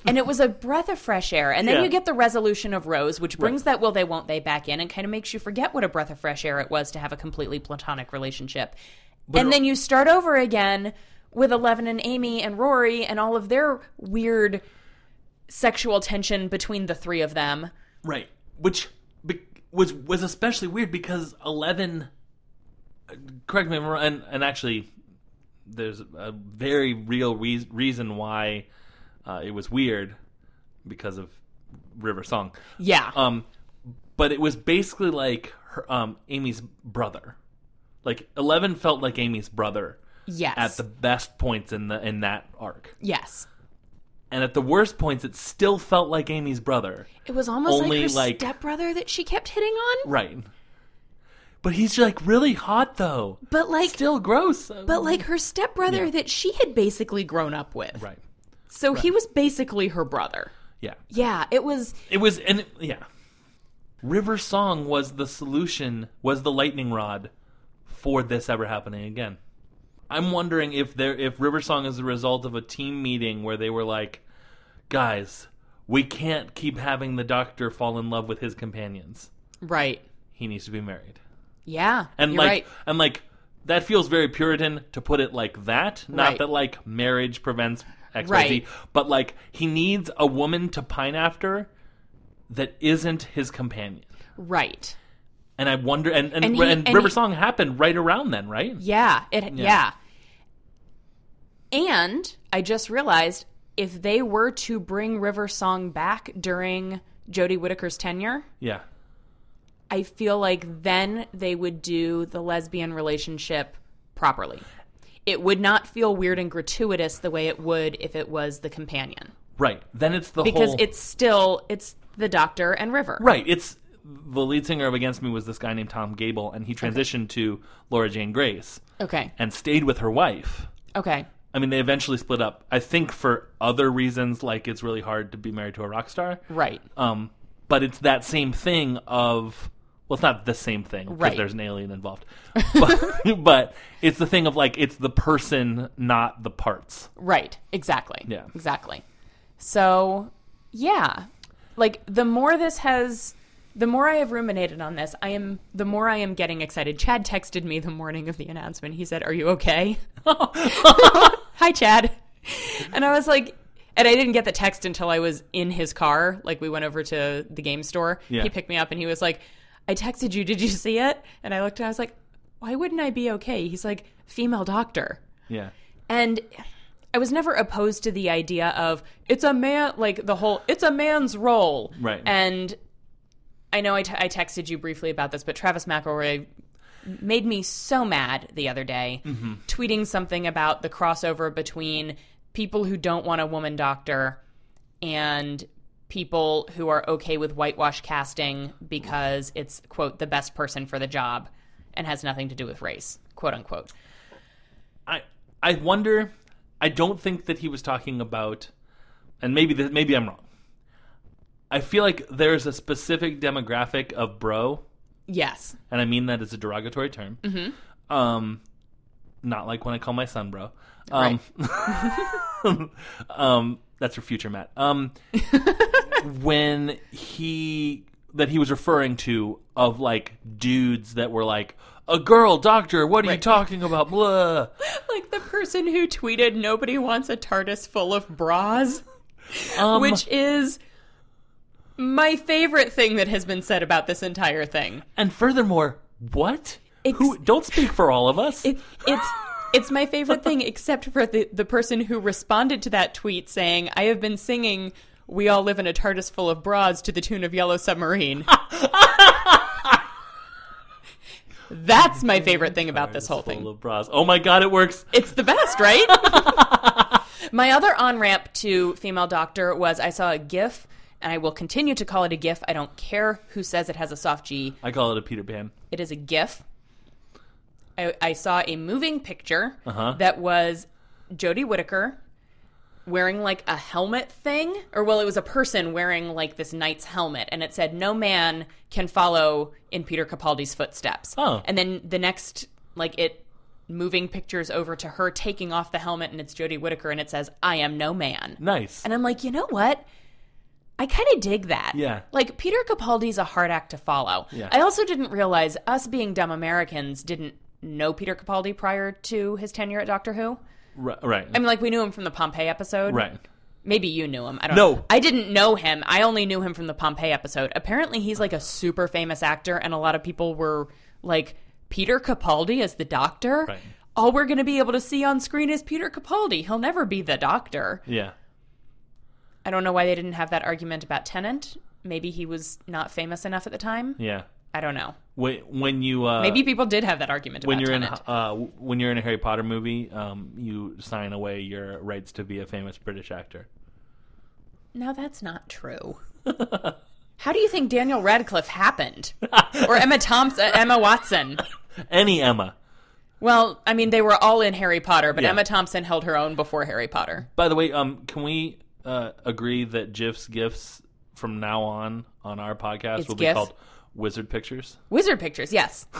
Speaker 3: And it was a breath of fresh air. And then
Speaker 2: Yeah.
Speaker 3: you get the resolution of Rose, which brings that will they, won't they back in and kind of makes you forget what a breath of fresh air it was to have a completely platonic relationship. and then you start over again with Eleven and Amy and Rory and all of their weird sexual tension between the three of them.
Speaker 2: Right. Which be- was was especially weird because Eleven. uh, Correct me if I'm wrong. And, and actually, there's a very real re- reason why uh, it was weird because of River Song.
Speaker 3: Yeah.
Speaker 2: Um, but it was basically like her, um, Amy's brother. Like Eleven felt like Amy's brother
Speaker 3: yes.
Speaker 2: at the best points in the in that arc,
Speaker 3: yes.
Speaker 2: and at the worst points, it still felt like Amy's brother.
Speaker 3: It was almost
Speaker 2: Only,
Speaker 3: like her
Speaker 2: like-
Speaker 3: stepbrother that she kept hitting on.
Speaker 2: Right. But he's like really hot though.
Speaker 3: But like
Speaker 2: Still gross.
Speaker 3: but like her stepbrother
Speaker 2: Yeah.
Speaker 3: that she had basically grown up with.
Speaker 2: right.
Speaker 3: So he was basically her brother.
Speaker 2: Yeah.
Speaker 3: Yeah, it was
Speaker 2: It was and it- yeah. River Song was the solution, was the lightning rod for this ever happening again. I'm wondering if there if River Song is the result of a team meeting where they were like, "Guys, we can't keep having the doctor fall in love with his companions.
Speaker 3: right.
Speaker 2: He needs to be married."
Speaker 3: Yeah.
Speaker 2: and
Speaker 3: you're
Speaker 2: like
Speaker 3: right.
Speaker 2: and like that feels very puritan to put it like that not
Speaker 3: Right.
Speaker 2: that like marriage prevents xyz
Speaker 3: Right.
Speaker 2: but like he needs a woman to pine after that isn't his companion
Speaker 3: Right.
Speaker 2: and i wonder and and,
Speaker 3: And
Speaker 2: and,
Speaker 3: he- and
Speaker 2: river
Speaker 3: he-
Speaker 2: song happened right around then right
Speaker 3: Yeah. It yeah. And I just realized if they were to bring River Song back during Jodie Whittaker's tenure,
Speaker 2: yeah
Speaker 3: I feel like then they would do the lesbian relationship properly. It would not feel weird and gratuitous the way it would if it was the companion
Speaker 2: right then it's the
Speaker 3: because
Speaker 2: whole
Speaker 3: it's still it's the doctor and River.
Speaker 2: right it's the lead singer of against me was this guy named tom gable and he transitioned to laura jane grace
Speaker 3: Okay.
Speaker 2: and stayed with her wife
Speaker 3: Okay.
Speaker 2: I mean, they eventually split up. I think for other reasons, like it's really hard to be married to a rock star.
Speaker 3: Right.
Speaker 2: Um, but it's that same thing of well, it's not the same thing because
Speaker 3: Right.
Speaker 2: there's an alien involved. But, but it's the thing of like it's the person, not the parts.
Speaker 3: Right. Exactly.
Speaker 2: Yeah.
Speaker 3: Exactly. So, yeah. Like the more this has the more I have ruminated on this, I am the more I am getting excited. Chad texted me the morning of the announcement. He said, "Are you okay?" Hi, Chad. And I was like, and I didn't get the text until I was in his car. Like we went over to the game store.
Speaker 2: Yeah.
Speaker 3: He picked me up and he was like, "I texted you. Did you see it?" And I looked and I was like, "Why wouldn't I be okay?" He's like, "Female doctor."
Speaker 2: Yeah,
Speaker 3: And I was never opposed to the idea of it's a man, like the whole it's a man's role.
Speaker 2: Right.
Speaker 3: And I know I, t- I texted you briefly about this, but Travis McElroy made me so mad the other day, tweeting something about the crossover between people who don't want a woman doctor and people who are okay with whitewash casting because it's quote the best person for the job and has nothing to do with race quote unquote
Speaker 2: I I wonder. I don't think that he was talking about, and maybe th- maybe I'm wrong. I feel like there's a specific demographic of bro
Speaker 3: yes
Speaker 2: and I mean that as a derogatory term.
Speaker 3: Mm-hmm.
Speaker 2: Um, not like when I call my son bro. Um, um, that's for future Matt. Um, when he that he was referring to of like dudes that were like a girl doctor. What are you talking about? Blah.
Speaker 3: Like the person who tweeted, nobody wants a TARDIS full of bras,
Speaker 2: Um,
Speaker 3: which is my favorite thing that has been said about this entire thing.
Speaker 2: And furthermore, what?
Speaker 3: Ex-
Speaker 2: Who? Don't speak for all of us.
Speaker 3: It, it's it's my favorite thing, except for the the person who responded to that tweet saying, "I have been singing." We all live in a TARDIS full of bras to the tune of Yellow Submarine. That's my favorite thing about this whole thing.
Speaker 2: Full of bras. Oh my god, it works.
Speaker 3: It's the best, right? My other on ramp to Female Doctor was I saw a GIF, and I will continue to call it a GIF. I don't care who says it has a soft G.
Speaker 2: I call it a Peter Pan.
Speaker 3: It is a GIF. I, I saw a moving picture that was Jodie Whittaker wearing like a helmet thing, or well, it was a person wearing like this knight's helmet, and it said, "No man can follow in Peter Capaldi's footsteps."
Speaker 2: Oh.
Speaker 3: And then the next, like it moving pictures over to her taking off the helmet, and it's Jodie Whittaker, and it says, "I am no man."
Speaker 2: Nice.
Speaker 3: And I'm like, you know what? I kind of dig that.
Speaker 2: Yeah.
Speaker 3: Like, Peter Capaldi's a hard act to follow.
Speaker 2: Yeah.
Speaker 3: I also didn't realize us being dumb Americans didn't know Peter Capaldi prior to his tenure at Doctor Who.
Speaker 2: Ri- right.
Speaker 3: I mean, like, we knew him from the Pompeii episode.
Speaker 2: right.
Speaker 3: Maybe you knew him. I don't
Speaker 2: No.
Speaker 3: know. I didn't know him. I only knew him from the Pompeii episode. Apparently, he's like a super famous actor, and a lot of people were like, Peter Capaldi as the doctor?
Speaker 2: Right.
Speaker 3: All we're going to be able to see on screen is Peter Capaldi. He'll never be the doctor.
Speaker 2: Yeah.
Speaker 3: I don't know why they didn't have that argument about Tennant. Maybe he was not famous enough at the time.
Speaker 2: Yeah.
Speaker 3: I don't know.
Speaker 2: When, when you uh,
Speaker 3: Maybe people did have that argument
Speaker 2: when
Speaker 3: about
Speaker 2: you're in
Speaker 3: Tennant.
Speaker 2: uh, when you're in a Harry Potter movie, um, you sign away your rights to be a famous British actor.
Speaker 3: no, that's not true. How do you think Daniel Radcliffe happened? or Emma Thompson, uh, Emma Watson?
Speaker 2: Any Emma.
Speaker 3: Well, I mean, they were all in Harry Potter, but
Speaker 2: Yeah.
Speaker 3: Emma Thompson held her own before Harry Potter.
Speaker 2: By the way, um, can we uh, agree that GIFs gifts from now on on our podcast
Speaker 3: It's
Speaker 2: will be
Speaker 3: GIF?
Speaker 2: called Wizard Pictures?
Speaker 3: Wizard pictures, yes.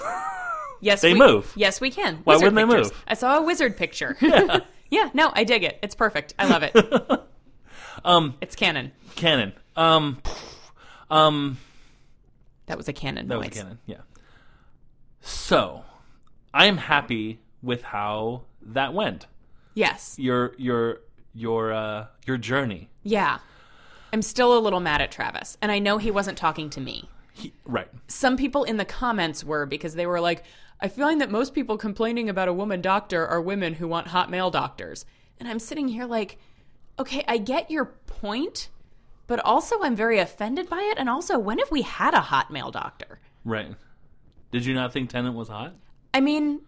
Speaker 3: Yes,
Speaker 2: They
Speaker 3: we,
Speaker 2: move.
Speaker 3: Yes, we can.
Speaker 2: Why
Speaker 3: Wizard
Speaker 2: wouldn't they
Speaker 3: pictures.
Speaker 2: move?
Speaker 3: I saw a wizard picture. Yeah. no, I dig it. It's perfect. I love it. um, it's canon.
Speaker 2: Canon. Um, um,
Speaker 3: That was a canon.
Speaker 2: that was
Speaker 3: noise.
Speaker 2: a canon. Yeah. So, I am happy with how that went.
Speaker 3: Yes.
Speaker 2: Your your your uh, your journey.
Speaker 3: Yeah. I'm still a little mad at Travis, and I know he wasn't talking to me.
Speaker 2: He, right.
Speaker 3: Some people in the comments were because they were like, I find that most people complaining about a woman doctor are women who want hot male doctors. And I'm sitting here like, okay, I get your point, but also I'm very offended by it. And also, when have we had a hot male doctor?
Speaker 2: Right. Did you not think Tennant was hot?
Speaker 3: I mean,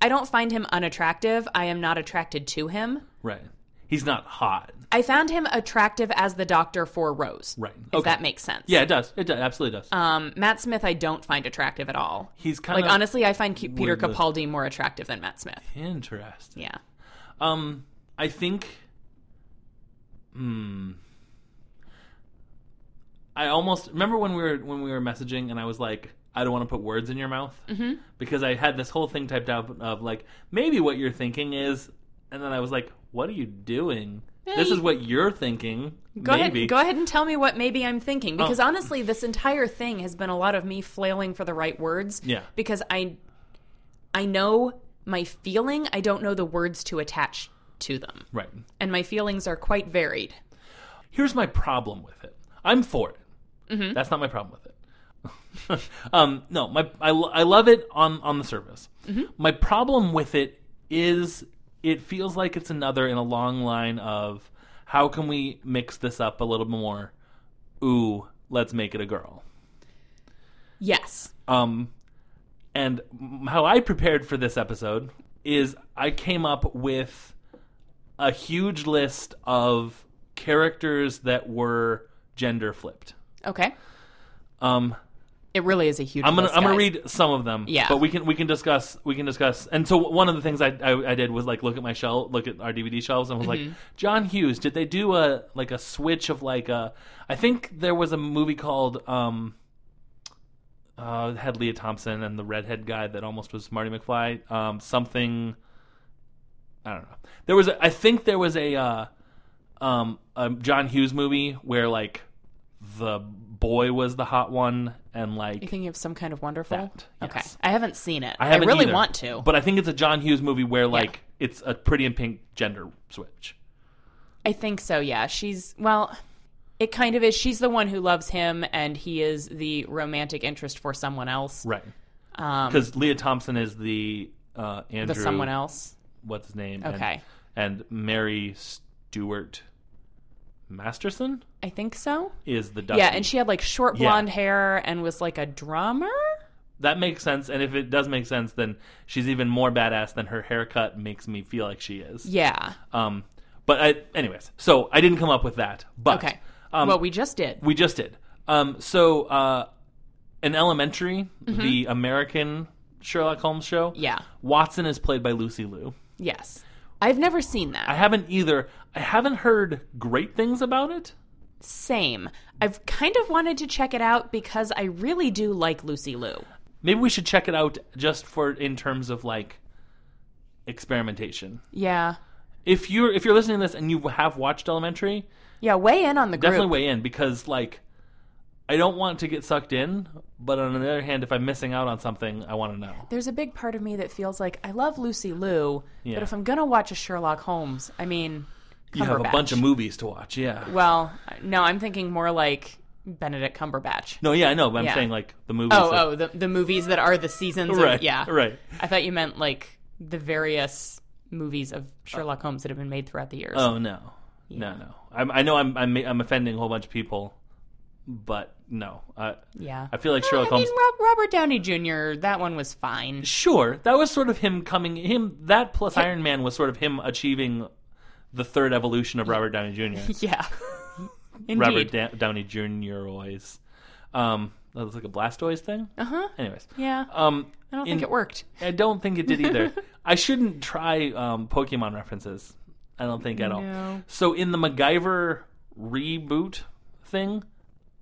Speaker 3: I don't find him unattractive. I am not attracted to him.
Speaker 2: Right. He's not hot.
Speaker 3: I found him attractive as the doctor for Rose.
Speaker 2: Right.
Speaker 3: If
Speaker 2: Okay.
Speaker 3: that makes sense.
Speaker 2: Yeah, it does. It does. Absolutely does.
Speaker 3: Um, Matt Smith, I don't find attractive at all.
Speaker 2: He's kind
Speaker 3: Like
Speaker 2: of
Speaker 3: honestly, I find Ke- Peter
Speaker 2: wordless.
Speaker 3: Capaldi more attractive than Matt Smith.
Speaker 2: interesting.
Speaker 3: Yeah,
Speaker 2: Um, I think. Hmm. I almost remember when we were when we were messaging, and I was like, I don't want to put words in your mouth
Speaker 3: Mm-hmm.
Speaker 2: because I had this whole thing typed out of like maybe what you're thinking is, and then I was like, what are you doing? This
Speaker 3: Hey.
Speaker 2: is what you're thinking.
Speaker 3: go
Speaker 2: maybe. Oh.
Speaker 3: ahead. Go ahead and tell me what maybe I'm thinking because honestly, this entire thing has been a lot of me flailing for the right words.
Speaker 2: Yeah.
Speaker 3: because I, I know my feeling. I don't know the words to attach to them,
Speaker 2: Right.
Speaker 3: and my feelings are quite varied.
Speaker 2: Here's my problem with it. I'm for it. That's not my problem with it. um, no, my I, lo- I love it on on the surface. My problem with it is it feels like it's another in a long line of how can we mix this up a little more? Ooh, let's make it a girl.
Speaker 3: Yes.
Speaker 2: Um, and m- how I prepared for this episode is I came up with a huge list of characters that were gender flipped.
Speaker 3: Okay.
Speaker 2: Um,
Speaker 3: It really is a huge.
Speaker 2: I'm gonna
Speaker 3: list,
Speaker 2: I'm gonna
Speaker 3: guys.
Speaker 2: read some of them.
Speaker 3: Yeah.
Speaker 2: But we can we can discuss we can discuss. And so one of the things I I, I did was like look at my shelf, look at our DVD shelves, and was
Speaker 3: Mm-hmm.
Speaker 2: like, John Hughes, did they do a like a switch of like a? I think there was a movie called um. Uh, it had Leah Thompson and the redhead guy that almost was Marty McFly. Um, something. I don't know. There was a, I think there was a uh, um a John Hughes movie where like the boy was the hot one and like
Speaker 3: You thinking of some kind of wonderful?
Speaker 2: That, yes.
Speaker 3: Okay. I haven't seen it.
Speaker 2: I haven't
Speaker 3: really
Speaker 2: either.
Speaker 3: want to.
Speaker 2: But I think it's a John Hughes movie where like it's a pretty in pink gender switch.
Speaker 3: I think so, yeah. She's well, it kind of is. She's the one who loves him, and he is the romantic interest for someone else.
Speaker 2: Right. Because Leah Thompson is the uh,
Speaker 3: Um, The
Speaker 2: Andrew.
Speaker 3: someone else.
Speaker 2: What's his name?
Speaker 3: Okay.
Speaker 2: And, and Mary Stewart Masterson
Speaker 3: I think so.
Speaker 2: is the Dusty.
Speaker 3: Yeah, and she had like short
Speaker 2: Yeah.
Speaker 3: blonde hair and was like a drummer.
Speaker 2: that makes sense. And if it does make sense, then she's even more badass than her haircut makes me feel like she is.
Speaker 3: Yeah.
Speaker 2: Um, but I, anyways, so I didn't come up with that. But
Speaker 3: Okay.
Speaker 2: um,
Speaker 3: well, we just did.
Speaker 2: We just did. Um, so, uh, in Elementary, the American Sherlock Holmes show,
Speaker 3: Yeah.
Speaker 2: Watson is played by Lucy Liu.
Speaker 3: yes. I've never seen that.
Speaker 2: I haven't either. I haven't heard great things about it.
Speaker 3: Same. I've kind of wanted to check it out because I really do like Lucy Liu.
Speaker 2: Maybe we should check it out just for in terms of like experimentation.
Speaker 3: Yeah.
Speaker 2: If you're if you're listening to this and you have watched Elementary,
Speaker 3: Yeah, weigh in on the group.
Speaker 2: definitely weigh in because like I don't want to get sucked in, but on the other hand, if I'm missing out on something, I want to know.
Speaker 3: There's a big part of me that feels like I love Lucy Liu,
Speaker 2: Yeah.
Speaker 3: but if I'm going to watch a Sherlock Holmes, I mean,
Speaker 2: You have a
Speaker 3: Cumberbatch.
Speaker 2: bunch of movies to watch, yeah.
Speaker 3: Well, no, I'm thinking more like Benedict Cumberbatch.
Speaker 2: No, yeah, I know, but I'm
Speaker 3: Yeah.
Speaker 2: saying like the movies.
Speaker 3: Oh,
Speaker 2: that-
Speaker 3: oh, the, the movies that are the seasons.
Speaker 2: right,
Speaker 3: Of, yeah.
Speaker 2: right.
Speaker 3: I thought you meant like the various movies of Sherlock Holmes that have been made throughout the years.
Speaker 2: Oh no, no, no. I'm, I know I'm, I'm I'm offending a whole bunch of people, but no, I
Speaker 3: yeah.
Speaker 2: I feel like
Speaker 3: I
Speaker 2: Sherlock
Speaker 3: mean,
Speaker 2: Holmes.
Speaker 3: Rob, Robert Downey Jr., that one was fine.
Speaker 2: Sure, that was sort of him coming. Him that plus Iron Man was sort of him achieving the third evolution of Robert Downey Jr.
Speaker 3: Yeah.
Speaker 2: Robert
Speaker 3: Indeed.
Speaker 2: da- Downey Jr. Always. Um, that was like a Blastoise thing. Uh huh. Anyways,
Speaker 3: Uh-huh. yeah.
Speaker 2: um,
Speaker 3: I don't think it worked.
Speaker 2: I don't think it did either. I shouldn't try um, Pokemon references. I don't think at all.
Speaker 3: No.
Speaker 2: So in the MacGyver reboot thing,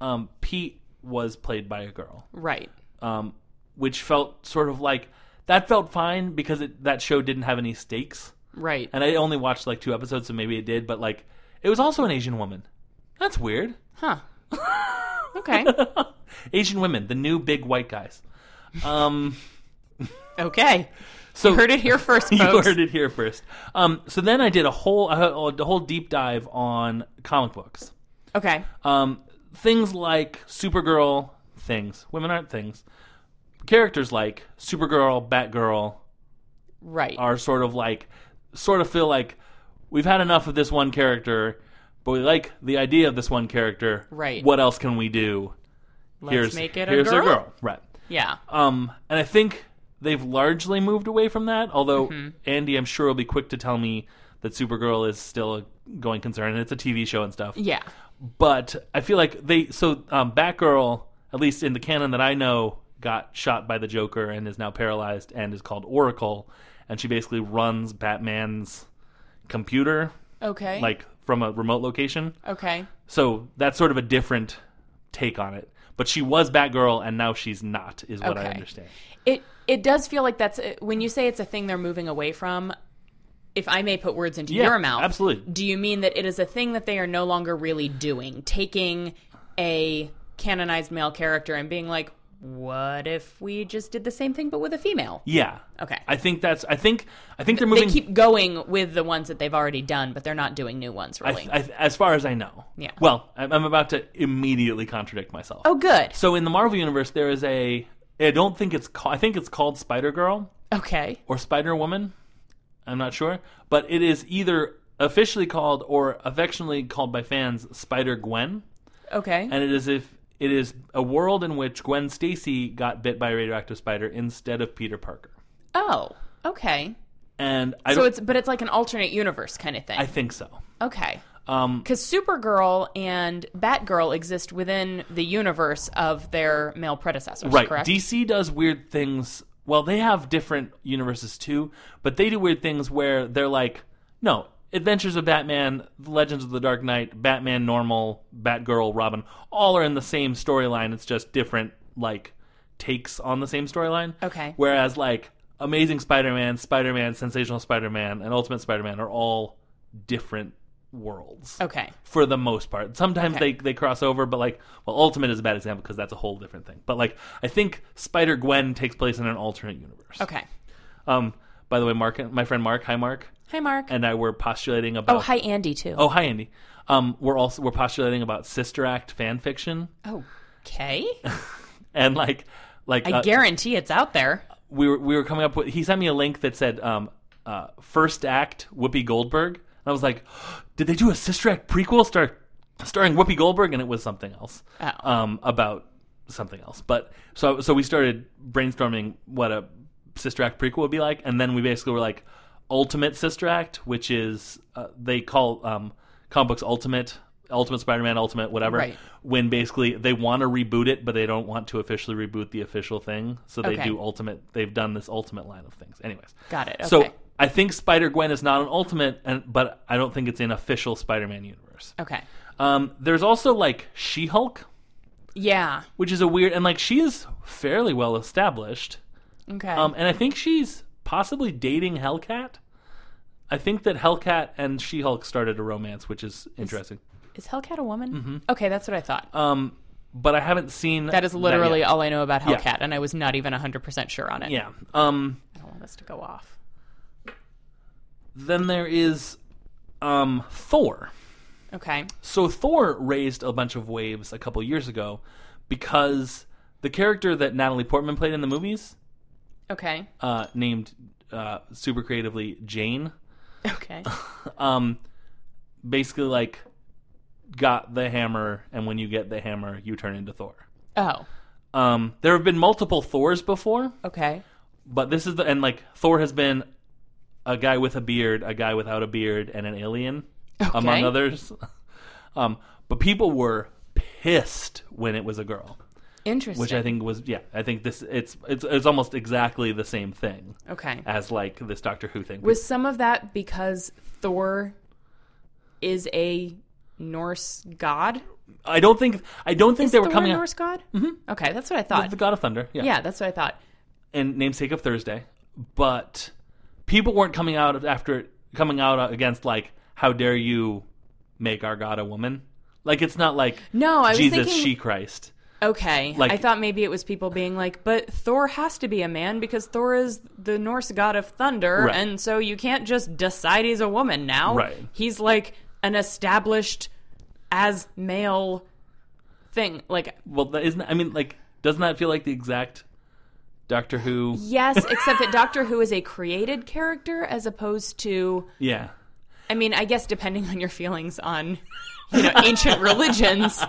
Speaker 2: um, Pete was played by a girl,
Speaker 3: Right.
Speaker 2: um, which felt sort of like that felt fine because it, that show didn't have any stakes,
Speaker 3: Right.
Speaker 2: and I only watched like two episodes, so maybe it did. But like, it was also an Asian woman. That's weird.
Speaker 3: Huh. Okay.
Speaker 2: Asian women, the new big white guys. Um,
Speaker 3: Okay.
Speaker 2: so
Speaker 3: You heard it here first, folks.
Speaker 2: you heard it here first. Um, so then I did a whole a whole deep dive on comic books.
Speaker 3: Okay.
Speaker 2: Um, things like Supergirl, things women aren't things. Characters like Supergirl, Batgirl
Speaker 3: Right.
Speaker 2: are sort of like sort of feel like we've had enough of this one character, but we like the idea of this one character.
Speaker 3: Right.
Speaker 2: What else can we do?
Speaker 3: Let's
Speaker 2: here's
Speaker 3: make it
Speaker 2: here's
Speaker 3: a girl.
Speaker 2: Right.
Speaker 3: Yeah.
Speaker 2: Um, and I think they've largely moved away from that. Although
Speaker 3: Mm-hmm.
Speaker 2: Andy, I'm sure, will be quick to tell me that Supergirl is still a going concern, and it's a TV show and stuff.
Speaker 3: Yeah.
Speaker 2: But I feel like they so um, Batgirl, at least in the canon that I know, got shot by the Joker and is now paralyzed and is called Oracle, and she basically runs Batman's computer
Speaker 3: Okay.
Speaker 2: like from a remote location.
Speaker 3: Okay.
Speaker 2: So that's sort of a different take on it. But she was Batgirl, and now she's not, is what I
Speaker 3: Okay.
Speaker 2: understand.
Speaker 3: It it does feel like that's uh, when you say it's a thing they're moving away from. If I may put words into
Speaker 2: Yeah,
Speaker 3: your mouth,
Speaker 2: absolutely.
Speaker 3: Do you mean that it is a thing that they are no longer really doing, taking a canonized male character and being like, what if we just did the same thing but with a female?
Speaker 2: Yeah.
Speaker 3: Okay.
Speaker 2: I think that's. I think. I think they're
Speaker 3: They
Speaker 2: moving.
Speaker 3: keep going with the ones that they've already done, but they're not doing new ones
Speaker 2: I,
Speaker 3: really.
Speaker 2: I, as far as I know.
Speaker 3: Yeah.
Speaker 2: Well, I'm I'm about to immediately contradict myself.
Speaker 3: oh, good.
Speaker 2: So in the Marvel universe, there is a. I don't think it's. Called, I think it's called Spider Girl
Speaker 3: Okay.
Speaker 2: or Spider Woman. I'm not sure, but it is either officially called or affectionately called by fans Spider Gwen,
Speaker 3: Okay.
Speaker 2: and it is if it is a world in which Gwen Stacy got bit by a radioactive spider instead of Peter Parker.
Speaker 3: oh. Okay.
Speaker 2: And I
Speaker 3: So
Speaker 2: don't.
Speaker 3: it's but it's like an alternate universe kind of thing.
Speaker 2: I think so.
Speaker 3: okay.
Speaker 2: Um,
Speaker 3: Because Supergirl and Batgirl exist within the universe of their male predecessors,
Speaker 2: Right.
Speaker 3: correct?
Speaker 2: DC does weird things. Well, they have different universes too, but they do weird things where they're like, no, Adventures of Batman, Legends of the Dark Knight, Batman Normal, Batgirl, Robin, all are in the same storyline. It's just different, like, takes on the same storyline.
Speaker 3: Okay.
Speaker 2: Whereas, like, Amazing Spider Man, Spider Man, Sensational Spider Man, and Ultimate Spider Man are all different worlds
Speaker 3: okay.
Speaker 2: for the most part. Sometimes
Speaker 3: Okay.
Speaker 2: they, they cross over, but like, well, Ultimate is a bad example because that's a whole different thing. But like, I think Spider Gwen takes place in an alternate universe.
Speaker 3: Okay.
Speaker 2: Um, By the way, Mark, my friend Mark, hi Mark,
Speaker 3: Hi, Mark.
Speaker 2: and uh, I were postulating about.
Speaker 3: oh, hi, Andy, too.
Speaker 2: Oh, hi Andy. Um, we're also we're postulating about sister act fan fiction
Speaker 3: Okay.
Speaker 2: and like like
Speaker 3: I
Speaker 2: uh,
Speaker 3: guarantee it's out there.
Speaker 2: we were we were coming up with. He sent me a link that said um, uh, first act Whoopi Goldberg, and I was like, did they do a sister act prequel star starring Whoopi Goldberg? And it was something else
Speaker 3: Oh.
Speaker 2: um, about something else. But so so we started brainstorming what a sister act prequel would be like, and then we basically were like ultimate sister act, which is uh, they call um, comic books ultimate. Ultimate Spider-Man, Ultimate whatever.
Speaker 3: Right.
Speaker 2: When basically they want to reboot it, but they don't want to officially reboot the official thing, so they
Speaker 3: Okay.
Speaker 2: do ultimate they've done this ultimate line of things anyways
Speaker 3: Got it. Okay.
Speaker 2: so i think spider-gwen is not an ultimate and but i don't think it's an official spider-man universe
Speaker 3: okay.
Speaker 2: um, there's also like she-hulk
Speaker 3: Yeah.
Speaker 2: which is a weird and like she is fairly well established
Speaker 3: Okay.
Speaker 2: um, and i think she's possibly dating hellcat i think that hellcat and she-hulk started a romance which is interesting
Speaker 3: is Hellcat a woman?
Speaker 2: mm-hmm.
Speaker 3: Okay, that's what I thought.
Speaker 2: um, but i haven't seen
Speaker 3: that is literally
Speaker 2: yet.
Speaker 3: all I know about Hellcat, and I was not even 100% sure on it.
Speaker 2: yeah um,
Speaker 3: I don't want this to go off.
Speaker 2: then there is um, thor
Speaker 3: Okay.
Speaker 2: So Thor raised a bunch of waves a couple years ago because the character that Natalie Portman played in the movies,
Speaker 3: Okay.
Speaker 2: uh, named uh, super creatively Jane, Uh,
Speaker 3: Okay.
Speaker 2: um, basically like got the hammer, and when you get the hammer, you turn into Thor.
Speaker 3: oh.
Speaker 2: Um, there have been multiple Thors before,
Speaker 3: Okay.
Speaker 2: but this is the and like Thor has been a guy with a beard, a guy without a beard, and an alien, among
Speaker 3: Okay.
Speaker 2: others. um, but people were pissed when it was a girl,
Speaker 3: Interesting.
Speaker 2: which I think was yeah. I think this it's it's it's almost exactly the same thing
Speaker 3: Okay.
Speaker 2: as like this Doctor Who thing.
Speaker 3: Was some of that because Thor is a Norse god?
Speaker 2: I don't think I don't think
Speaker 3: Is
Speaker 2: they were
Speaker 3: Thor
Speaker 2: coming
Speaker 3: a
Speaker 2: out-
Speaker 3: Norse god? Mm-hmm. Okay, that's what I thought.
Speaker 2: the God of Thunder, yeah,
Speaker 3: yeah, that's what I thought.
Speaker 2: and namesake of Thursday, but people weren't coming out after coming out against like how dare you make our God a woman. Like it's not like
Speaker 3: No, I was
Speaker 2: Jesus,
Speaker 3: thinking.
Speaker 2: she Christ.
Speaker 3: okay,
Speaker 2: like-
Speaker 3: I thought maybe it was people being like, "But Thor has to be a man because Thor is the Norse god of thunder,
Speaker 2: Right.
Speaker 3: and so you can't just decide he's a woman now.
Speaker 2: Right.
Speaker 3: He's like an established as male thing. Like,
Speaker 2: Well, that isn't. I mean, like, doesn't that feel like the exact Doctor Who?
Speaker 3: yes, except that Doctor Who is a created character as opposed to
Speaker 2: Yeah,
Speaker 3: I mean, I guess depending on your feelings on you know ancient religions,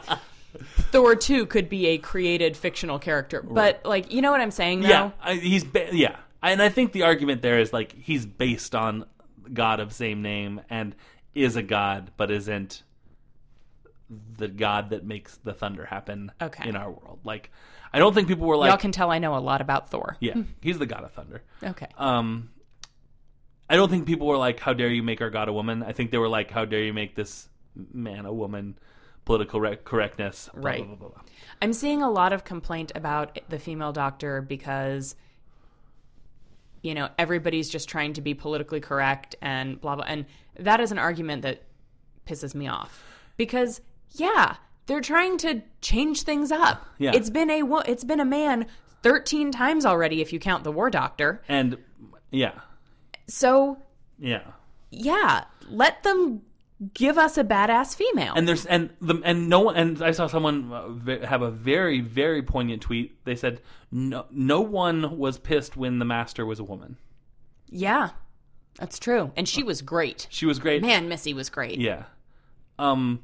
Speaker 3: Thor too could be a created fictional character. But like, you know what I'm saying? Though?
Speaker 2: yeah. I, he's ba- yeah, and I think the argument there is like he's based on God of same name and is a god, but isn't the god that makes the thunder happen
Speaker 3: Okay.
Speaker 2: in our world. Like, I don't think people were like,
Speaker 3: y'all can Hmm. tell I know a lot about Thor.
Speaker 2: yeah, he's the god of thunder.
Speaker 3: Okay.
Speaker 2: um I don't think people were like, "How dare you make our god a woman?" I think they were like, "How dare you make this man a woman?" Political re- correctness, blah,
Speaker 3: Right.
Speaker 2: Blah, blah, blah, blah.
Speaker 3: I'm seeing a lot of complaint about the female doctor because you know everybody's just trying to be politically correct and blah blah and that is an argument that pisses me off because yeah they're trying to change things up
Speaker 2: Yeah.
Speaker 3: it's been a wo- it's been a man 13 times already if you count the war doctor
Speaker 2: And yeah,
Speaker 3: so
Speaker 2: yeah.
Speaker 3: yeah let them give us a badass female
Speaker 2: And there's and the and no one and I saw someone uh, ve- have a very very poignant tweet. They said, "No, no one was pissed when the master was a woman.
Speaker 3: yeah that's true and she was great
Speaker 2: She was great.
Speaker 3: man missy was great
Speaker 2: Yeah. Um.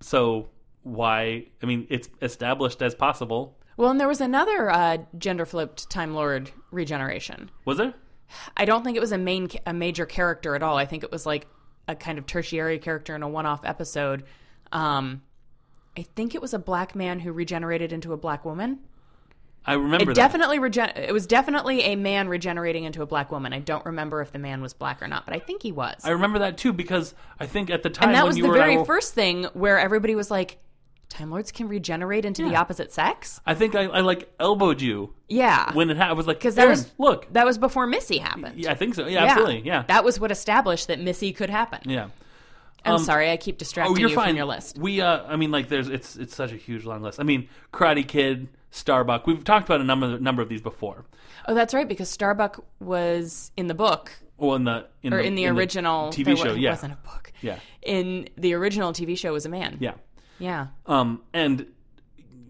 Speaker 2: So why? I mean, it's established as possible.
Speaker 3: Well, and there was another uh, gender flipped Time Lord regeneration.
Speaker 2: Was there?
Speaker 3: I don't think it was a main a major character at all. I think it was like a kind of tertiary character in a one off episode. Um, I think it was a black man who regenerated into a black woman.
Speaker 2: I remember
Speaker 3: It
Speaker 2: that.
Speaker 3: definitely regen- It was definitely a man regenerating into a black woman. I don't remember if the man was black or not, but I think he was.
Speaker 2: I remember that too because I think at the time
Speaker 3: and that
Speaker 2: when
Speaker 3: was
Speaker 2: you
Speaker 3: the
Speaker 2: were
Speaker 3: very
Speaker 2: I,
Speaker 3: first thing where everybody was like, "Time Lords can regenerate into the
Speaker 2: Yeah.
Speaker 3: opposite sex."
Speaker 2: I think I, I like elbowed you
Speaker 3: Yeah,
Speaker 2: when it happened. I was like,
Speaker 3: because that
Speaker 2: "Aaron,
Speaker 3: was
Speaker 2: look,
Speaker 3: That was before Missy happened.
Speaker 2: yeah, I think so, yeah, absolutely, yeah,
Speaker 3: That was what established that Missy could happen.
Speaker 2: yeah."
Speaker 3: I'm sorry, I keep distracting
Speaker 2: Oh, you're
Speaker 3: you
Speaker 2: fine.
Speaker 3: from your list.
Speaker 2: We, uh, I mean, like, there's it's it's such a huge long list. I mean, Karate Kid, Starbuck. We've talked about a number number of these before.
Speaker 3: Oh, that's right, because Starbuck was in the book
Speaker 2: Well, in the in
Speaker 3: or
Speaker 2: the,
Speaker 3: in the original
Speaker 2: TV
Speaker 3: there wa-
Speaker 2: show,
Speaker 3: it
Speaker 2: yeah.
Speaker 3: wasn't a book.
Speaker 2: yeah,
Speaker 3: In the original TV show, was a man.
Speaker 2: yeah.
Speaker 3: Yeah.
Speaker 2: Um, and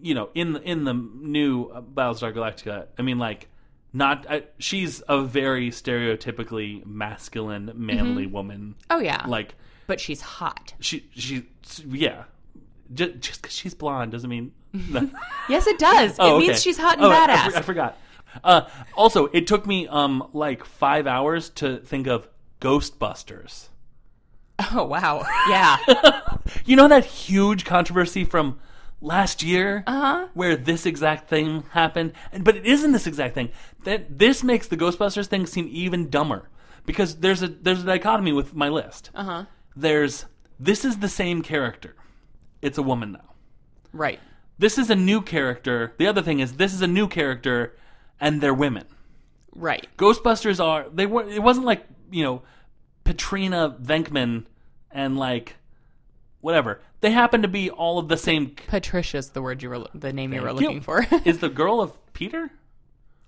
Speaker 2: you know, in the, in the new Battlestar Galactica, I mean, like, not I, she's a very stereotypically masculine, manly woman.
Speaker 3: Oh yeah.
Speaker 2: Like
Speaker 3: but she's hot.
Speaker 2: she she yeah, just just because she's blonde doesn't mean. No.
Speaker 3: Yes, it does.
Speaker 2: Oh,
Speaker 3: it
Speaker 2: okay.
Speaker 3: means she's hot and
Speaker 2: Oh, I- I,
Speaker 3: badass.
Speaker 2: for- I forgot. Uh, also, it took me um like five hours to think of Ghostbusters.
Speaker 3: oh wow. Yeah.
Speaker 2: You know that huge controversy from last year
Speaker 3: Uh-huh.
Speaker 2: where this exact thing happened, and but it isn't this exact thing. That this makes the Ghostbusters thing seem even dumber because there's a there's a dichotomy with my list. Uh-huh. There's this is the same character. It's a woman now.
Speaker 3: right.
Speaker 2: This is a new character. The other thing is this is a new character and they're women.
Speaker 3: Right.
Speaker 2: Ghostbusters are they were it wasn't like, you know, Petrina Venkman and like whatever. They happen to be all of the same
Speaker 3: Patricia's the word you were the name you were
Speaker 2: Thank
Speaker 3: looking
Speaker 2: you.
Speaker 3: for.
Speaker 2: Is the girl of Peter?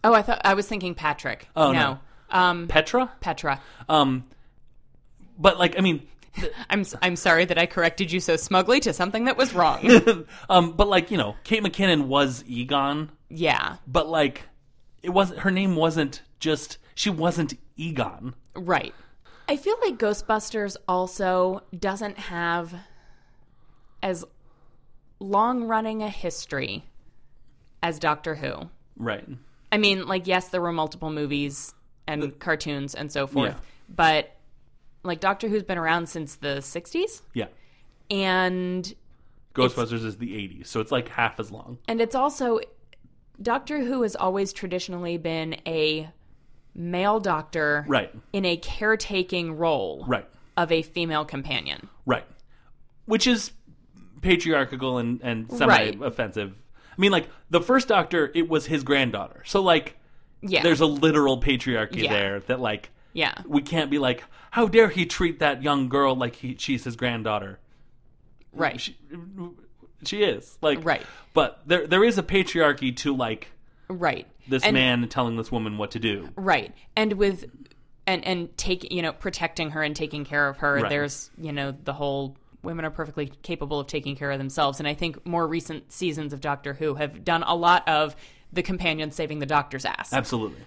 Speaker 3: oh, I thought I was thinking Patrick.
Speaker 2: Oh,
Speaker 3: no. Um
Speaker 2: Petra?
Speaker 3: Petra.
Speaker 2: Um but like I mean
Speaker 3: I'm s- I'm sorry that I corrected you so smugly to something that was wrong.
Speaker 2: um but like, you know, Kate McKinnon was Egon,
Speaker 3: yeah.
Speaker 2: but like it wasn't her name wasn't just she wasn't Egon.
Speaker 3: Right. I feel like Ghostbusters also doesn't have as long running a history as Doctor Who.
Speaker 2: Right.
Speaker 3: I mean, like, yes, there were multiple movies and cartoons and so forth,
Speaker 2: Yeah.
Speaker 3: but like Doctor Who's been around since the 60s
Speaker 2: Yeah.
Speaker 3: and
Speaker 2: Ghostbusters is the 80s, so it's like half as long.
Speaker 3: and it's also Doctor Who has always traditionally been a male doctor
Speaker 2: Right.
Speaker 3: in a caretaking role
Speaker 2: Right.
Speaker 3: of a female companion.
Speaker 2: Right. Which is patriarchal and, and semi offensive. I mean, like, the first doctor, it was his granddaughter. So, like,
Speaker 3: Yeah.
Speaker 2: there's a literal patriarchy
Speaker 3: Yeah.
Speaker 2: there that, like,
Speaker 3: yeah.
Speaker 2: we can't be like, how dare he treat that young girl like he, she's his granddaughter?
Speaker 3: Right.
Speaker 2: She, she is. Like,
Speaker 3: Right.
Speaker 2: But there there is a patriarchy to, like,
Speaker 3: right.
Speaker 2: this
Speaker 3: And-
Speaker 2: man telling this woman what to do.
Speaker 3: Right. And with and and take you know protecting her and taking care of her.
Speaker 2: Right.
Speaker 3: There's you know the whole women are perfectly capable of taking care of themselves. And I think more recent seasons of Doctor Who have done a lot of the companion saving the doctor's ass.
Speaker 2: Absolutely.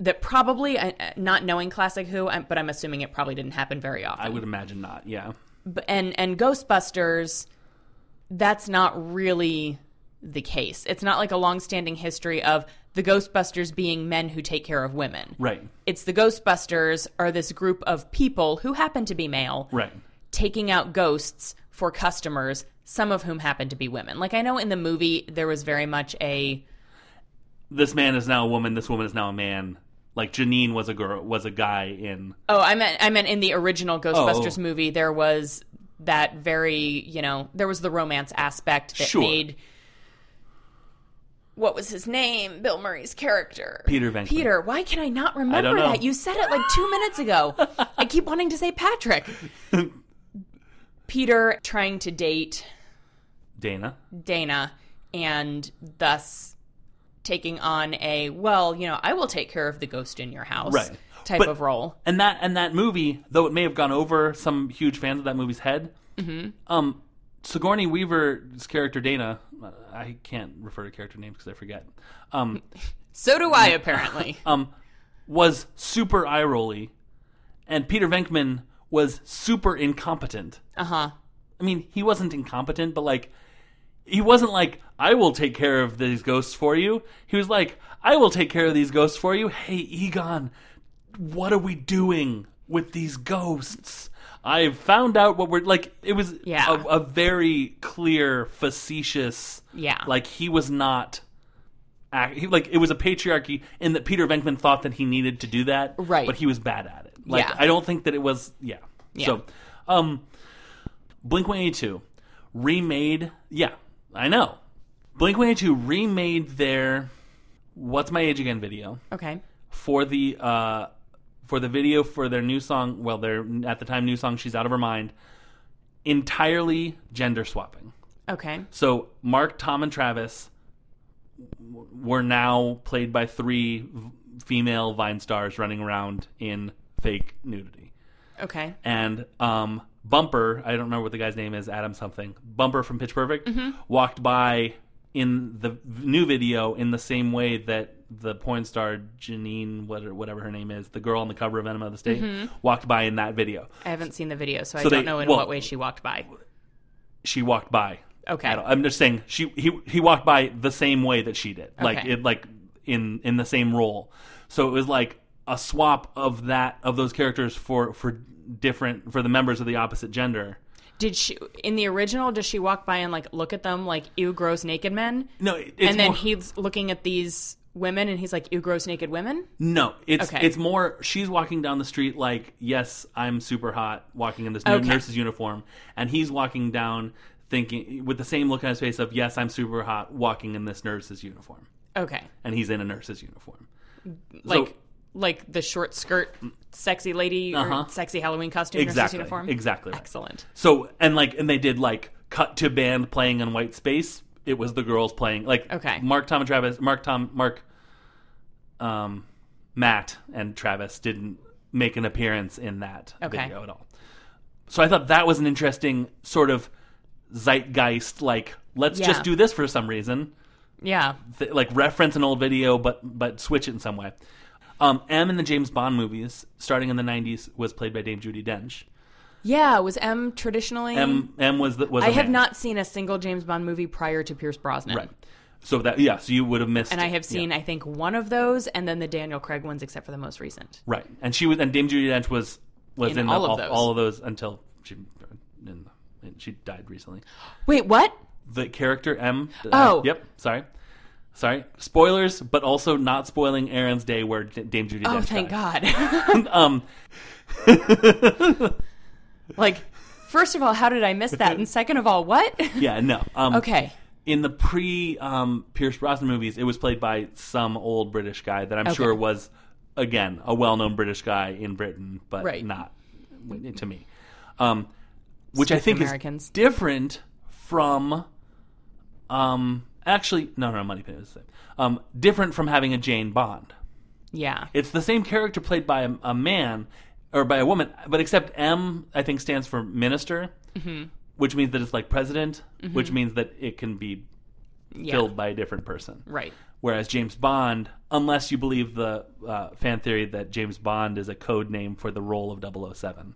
Speaker 3: that probably uh, uh, not knowing classic Who, I'm- but I'm assuming it probably didn't happen very often.
Speaker 2: I would imagine not, yeah.
Speaker 3: B- and and Ghostbusters, that's not really the case. It's not like a long-standing history of the Ghostbusters being men who take care of women.
Speaker 2: Right.
Speaker 3: It's the Ghostbusters are this group of people who happen to be male
Speaker 2: Right.
Speaker 3: taking out ghosts for customers, some of whom happen to be women. Like I know in the movie there was very much a
Speaker 2: this man is now a woman. This woman is now a man. Like Janine was a girl, was a guy in
Speaker 3: Oh, I meant I meant in the original
Speaker 2: Oh.
Speaker 3: Ghostbusters movie there was that very, you know, there was the romance aspect that
Speaker 2: Sure.
Speaker 3: made what was his name? Bill Murray's character.
Speaker 2: Peter Venkman.
Speaker 3: Peter, why can I not remember
Speaker 2: know.
Speaker 3: that? You said it like 2 minutes ago. I keep wanting to say Patrick. Peter trying to date
Speaker 2: Dana.
Speaker 3: Dana and thus taking on a well, you know, I will take care of the ghost in your house
Speaker 2: Right.
Speaker 3: type
Speaker 2: But-
Speaker 3: of role.
Speaker 2: And that and that movie, though it may have gone over some huge fans of that movie's head, um, Sigourney Weaver's character Dana, I can't refer to character names because I forget. Um,
Speaker 3: So do I apparently.
Speaker 2: um, was super eye rolly, and Peter Venkman was super incompetent.
Speaker 3: Uh huh.
Speaker 2: I mean, he wasn't incompetent, but like, he wasn't like, I will take care of these ghosts for you. He was like, I will take care of these ghosts for you. Hey, Egon, what are we doing with these ghosts? I've found out what we're like. It was
Speaker 3: Yeah.
Speaker 2: a, a very clear, facetious.
Speaker 3: Yeah.
Speaker 2: Like, he was not. ac- He, like it was a patriarchy in that Peter Venkman thought that he needed to do that,
Speaker 3: Right.
Speaker 2: But he was bad at it. Like
Speaker 3: Yeah.
Speaker 2: I don't think that it was, yeah.
Speaker 3: Yeah.
Speaker 2: So, um, Blink 182 remade. Yeah, I know. Blink 182 remade their "What's My Age Again" video
Speaker 3: Okay.
Speaker 2: for the uh, for the video for their new song. Well, their at the time new song "She's Out of Her Mind." Entirely gender swapping.
Speaker 3: Okay.
Speaker 2: So Mark, Tom, and Travis w- were now played by three v- female Vine stars running around in fake nudity.
Speaker 3: Okay.
Speaker 2: And um, Bumper, I don't remember what the guy's name is, Adam something. Bumper from Pitch Perfect
Speaker 3: Mm-hmm.
Speaker 2: walked by in the v- new video in the same way that the porn star Janine, what- whatever her name is, the girl on the cover of Venom of the State,
Speaker 3: Mm-hmm.
Speaker 2: walked by in that video.
Speaker 3: I haven't seen the video, so, I
Speaker 2: So
Speaker 3: don't
Speaker 2: they-
Speaker 3: know in
Speaker 2: well-
Speaker 3: what way she walked by.
Speaker 2: She walked by.
Speaker 3: Okay.
Speaker 2: at all. I'm just saying she he he walked by the same way that she did, like
Speaker 3: Okay.
Speaker 2: it like in in the same role. So it was like a swap of that of those characters for for different for the members of the opposite gender.
Speaker 3: Did she in the original? Does she walk by and like look at them like ew, gross naked men?
Speaker 2: No, it- it's
Speaker 3: and then
Speaker 2: more-
Speaker 3: he's looking at these women and he's like ew, gross naked women.
Speaker 2: No, it's
Speaker 3: Okay.
Speaker 2: it's more she's walking down the street like, yes, I'm super hot, walking in this new
Speaker 3: Okay.
Speaker 2: nurse's uniform, and he's walking down thinking with the same look on his face of, yes, I'm super hot, walking in this nurse's uniform,
Speaker 3: Okay,
Speaker 2: and he's in a nurse's uniform.
Speaker 3: like
Speaker 2: so,
Speaker 3: like the short skirt, sexy lady
Speaker 2: Uh-huh.
Speaker 3: or sexy Halloween costume, nurse's
Speaker 2: exactly,
Speaker 3: uniform.
Speaker 2: exactly, right.
Speaker 3: Excellent.
Speaker 2: So and like and they did like cut to band playing in white space. It was the girls playing like
Speaker 3: Okay.
Speaker 2: Mark Tom and Travis Mark Tom Mark um Matt and Travis didn't make an appearance in that
Speaker 3: Okay.
Speaker 2: video at all. So I thought that was an interesting sort of zeitgeist like let's
Speaker 3: Yeah.
Speaker 2: just do this for some reason
Speaker 3: Yeah.
Speaker 2: th- like reference an old video but but switch it in some way. Um, M in the James Bond movies starting in the 90s was played by Dame Judy Dench.
Speaker 3: Yeah. Was M traditionally?
Speaker 2: M M was the, was
Speaker 3: I
Speaker 2: a
Speaker 3: have
Speaker 2: man.
Speaker 3: not seen a single James Bond movie prior to Pierce Brosnan.
Speaker 2: Right. So that yeah, so you would have missed.
Speaker 3: And I
Speaker 2: it.
Speaker 3: have
Speaker 2: Yeah.
Speaker 3: seen, I think, one of those, and then the Daniel Craig ones, except for the most recent.
Speaker 2: right, and she was and Dame Judy Dench was was in,
Speaker 3: In
Speaker 2: the-
Speaker 3: all
Speaker 2: all,
Speaker 3: of
Speaker 2: all,
Speaker 3: those.
Speaker 2: of those until she in, and she died recently.
Speaker 3: Wait, what?
Speaker 2: The character M. uh,
Speaker 3: Oh.
Speaker 2: yep. Sorry, sorry. Spoilers, but also not spoiling Aaron's day where D- Dame Judy.
Speaker 3: Oh,
Speaker 2: Dench
Speaker 3: thank
Speaker 2: died.
Speaker 3: God.
Speaker 2: um,
Speaker 3: like, first of all, how did I miss that? And second of all, what?
Speaker 2: yeah, no. Um,
Speaker 3: okay.
Speaker 2: in the pre um, Pierce Brosnan movies, it was played by some old British guy that I'm
Speaker 3: Okay.
Speaker 2: sure was again a well-known British guy in Britain, but
Speaker 3: Right.
Speaker 2: not to me. Um, which I think
Speaker 3: Americans.
Speaker 2: is different from um, actually no no Moneypenny was the same. Um, different from having a Jane Bond.
Speaker 3: Yeah.
Speaker 2: It's the same character played by a, a man or by a woman, but except M, I think, stands for minister,
Speaker 3: Mm-hmm.
Speaker 2: which means that it's like president, which means that it can be
Speaker 3: yeah.
Speaker 2: filled by a different person.
Speaker 3: Right.
Speaker 2: Whereas James Bond, unless you believe the uh, fan theory that James Bond is a code name for the role of 007,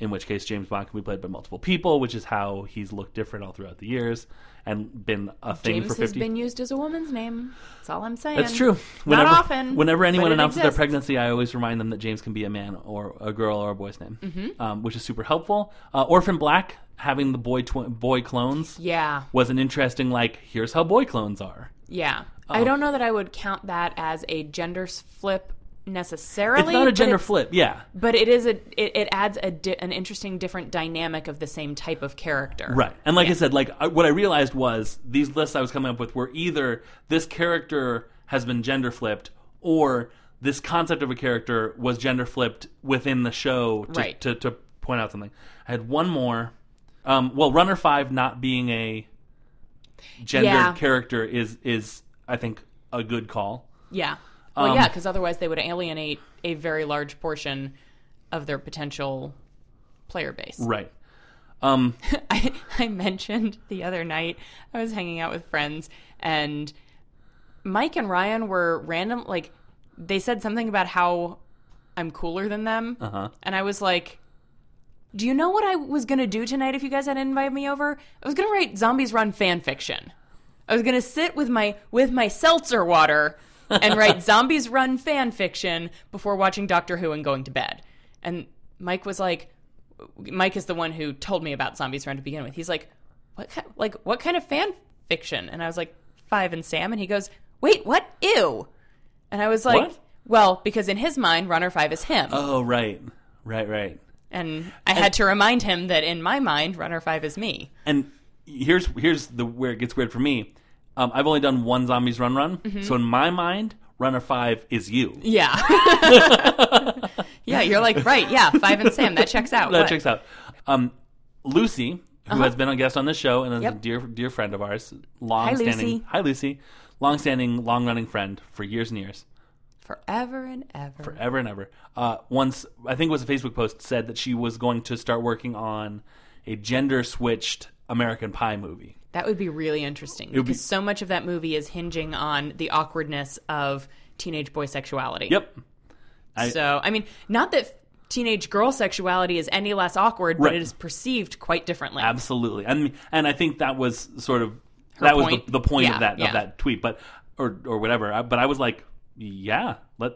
Speaker 2: in which case James Bond can be played by multiple people, which is how he's looked different all throughout the years and been a thing
Speaker 3: James
Speaker 2: for
Speaker 3: has
Speaker 2: 50.
Speaker 3: been used as a woman's name. That's all I'm saying.
Speaker 2: That's true.
Speaker 3: Not
Speaker 2: Whenever,
Speaker 3: often,
Speaker 2: Whenever anyone
Speaker 3: but it
Speaker 2: announces
Speaker 3: exists.
Speaker 2: their pregnancy, I always remind them that James can be a man or a girl or a boy's name,
Speaker 3: Mm-hmm.
Speaker 2: um, which is super helpful. Uh, Orphan Black, having the boy twi- boy clones,
Speaker 3: Yeah.
Speaker 2: was an interesting, like, here's how boy clones are.
Speaker 3: Yeah.
Speaker 2: Oh.
Speaker 3: I don't know that I would count that as a gender s- flip necessarily.
Speaker 2: It's not a
Speaker 3: but
Speaker 2: gender
Speaker 3: it's-
Speaker 2: flip, yeah.
Speaker 3: But it is a it, it adds a di- an interesting different dynamic of the same type of character.
Speaker 2: Right. And like I said, like I, what I realized was these lists I was coming up with were either this character has been gender flipped or this concept of a character was gender flipped within the show to,
Speaker 3: Right.
Speaker 2: to, to point out something. I had one more. Um, well, Runner 5 not being a gendered
Speaker 3: Yeah.
Speaker 2: character is, is, I think, a good call.
Speaker 3: Yeah. Well,
Speaker 2: Um,
Speaker 3: yeah, because otherwise they would alienate a very large portion of their potential player base.
Speaker 2: Right. Um,
Speaker 3: I, I mentioned the other night I was hanging out with friends and Mike and Ryan were random like they said something about how I'm cooler than them
Speaker 2: uh-huh.
Speaker 3: and I was like do you know what I was going to do tonight if you guys hadn't invited me over? I was going to write Zombies Run fan fiction. I was going to sit with my with my seltzer water and write Zombies Run fan fiction before watching Doctor Who and going to bed. And Mike was like Mike is the one who told me about Zombies Run to begin with. He's like, "What kind, like what kind of fan fiction?" And I was like, Five and Sam." And he goes, "Wait, what? Ew." And I was like,
Speaker 2: What?
Speaker 3: "Well, because in his mind, Runner Five is him."
Speaker 2: Oh, right. Right, right.
Speaker 3: and I had to remind him that in my mind, Runner Five is me.
Speaker 2: and here's here's the where it gets weird for me. Um, I've only done one zombies run run, so in my mind, runner five is you.
Speaker 3: Mm-hmm. Yeah. yeah, you're like right. Yeah, Five and Sam. That checks out.
Speaker 2: That
Speaker 3: What? Uh-huh.
Speaker 2: checks out. Um, Lucy, who has been a guest on this show and is a
Speaker 3: Yep.
Speaker 2: dear dear friend of ours, long standing.
Speaker 3: Lucy.
Speaker 2: Hi Lucy, longstanding, long-running friend for years and years,
Speaker 3: Forever and ever.
Speaker 2: forever and ever. Uh, once, I think it was a Facebook post said that she was going to start working on a gender-switched American Pie movie.
Speaker 3: That would be really interesting because
Speaker 2: would be-
Speaker 3: so much of that movie is hinging on the awkwardness of teenage boy sexuality.
Speaker 2: Yep, I-
Speaker 3: so, I mean, not that teenage girl sexuality is any less awkward, but
Speaker 2: Right.
Speaker 3: it is perceived quite differently.
Speaker 2: absolutely. And and I think that was sort of that was
Speaker 3: point.
Speaker 2: the, the point
Speaker 3: Yeah,
Speaker 2: of that
Speaker 3: yeah.
Speaker 2: of that tweet, but or or whatever. I- But I was like, yeah, let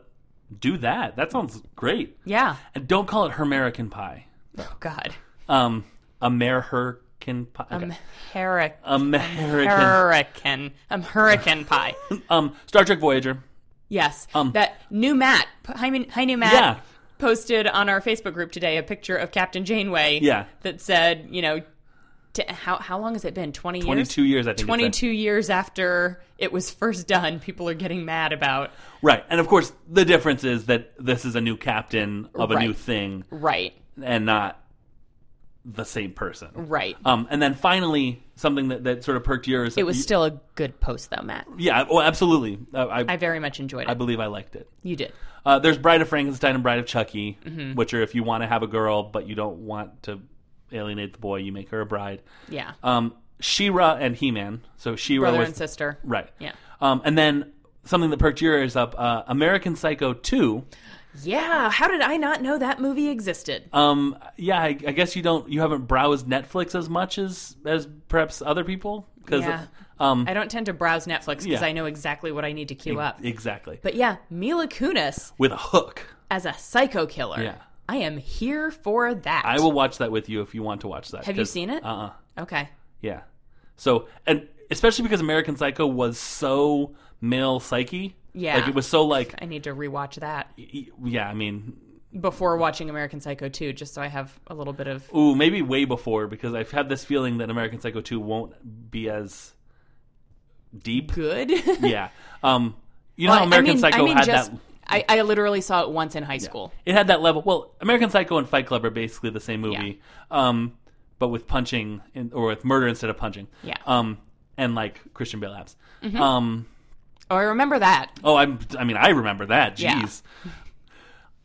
Speaker 2: do that. That sounds great.
Speaker 3: yeah.
Speaker 2: And don't call it American Pie.
Speaker 3: Oh, God.
Speaker 2: Um, American Pie. Okay. Uh,
Speaker 3: Hurricane.
Speaker 2: American.
Speaker 3: Hurricane. Um, hurricane pie.
Speaker 2: Um, Star Trek Voyager.
Speaker 3: Yes.
Speaker 2: Um,
Speaker 3: that new Matt, hi, Min- hi new Matt,
Speaker 2: Yeah.
Speaker 3: posted on our Facebook group today a picture of Captain Janeway
Speaker 2: Yeah.
Speaker 3: that said, you know, t- how, how long has it been? 20 years?
Speaker 2: 22 years, I think. it said.
Speaker 3: 22 years after it was first done, people are getting mad about.
Speaker 2: Right. And of course, the difference is that this is a new captain of a new
Speaker 3: Right.
Speaker 2: thing
Speaker 3: Right,
Speaker 2: and not the same person.
Speaker 3: right.
Speaker 2: Um, and then finally, something that, that sort of perked yours.
Speaker 3: it was still a good post, though, Matt.
Speaker 2: Yeah, oh, absolutely. Uh, I,
Speaker 3: I
Speaker 2: I,
Speaker 3: very much enjoyed it.
Speaker 2: believe I liked it.
Speaker 3: you did.
Speaker 2: Uh, there's Bride of Frankenstein and Bride of Chucky,
Speaker 3: Mm-hmm.
Speaker 2: which are if you want to have a girl but you don't want to alienate the boy, you make her a bride.
Speaker 3: Yeah.
Speaker 2: Um, She-Ra and He-Man. So She-Ra
Speaker 3: Brother
Speaker 2: was
Speaker 3: and sister.
Speaker 2: right.
Speaker 3: Yeah.
Speaker 2: Um, and then something that perked your ears up: uh, American Psycho two.
Speaker 3: Yeah. How did I not know that movie existed?
Speaker 2: Um, yeah, I, I guess you don't you haven't browsed Netflix as much as as perhaps other people because
Speaker 3: Yeah.
Speaker 2: um,
Speaker 3: I don't tend to browse Netflix because
Speaker 2: Yeah.
Speaker 3: I know exactly what I need to queue up.
Speaker 2: exactly
Speaker 3: But yeah, Mila Kunis
Speaker 2: with a hook.
Speaker 3: as a psycho killer.
Speaker 2: Yeah.
Speaker 3: I am here for that.
Speaker 2: I will watch that with you if you want to watch that.
Speaker 3: Have you seen it?
Speaker 2: Uh uh
Speaker 3: Okay.
Speaker 2: Yeah. So and especially because American Psycho was so male psyche.
Speaker 3: Yeah.
Speaker 2: Like it was so like
Speaker 3: I need to rewatch that
Speaker 2: y- y- yeah. I mean,
Speaker 3: before watching American Psycho 2, just so I have a little bit of.
Speaker 2: ooh, maybe way before because I've had this feeling that American Psycho two won't be as deep.
Speaker 3: good.
Speaker 2: yeah. Um. You know how American Psycho had that.
Speaker 3: I, I literally saw it once in high school.
Speaker 2: It had that level. Well, American Psycho and Fight Club are basically the same movie, um, but with punching in, or with murder instead of punching.
Speaker 3: Yeah. Mm-hmm.
Speaker 2: Um, and like Christian Bale abs. Um,
Speaker 3: Oh, I remember that.
Speaker 2: oh, I'm. I mean, I remember that.
Speaker 3: Yeah.
Speaker 2: Jeez.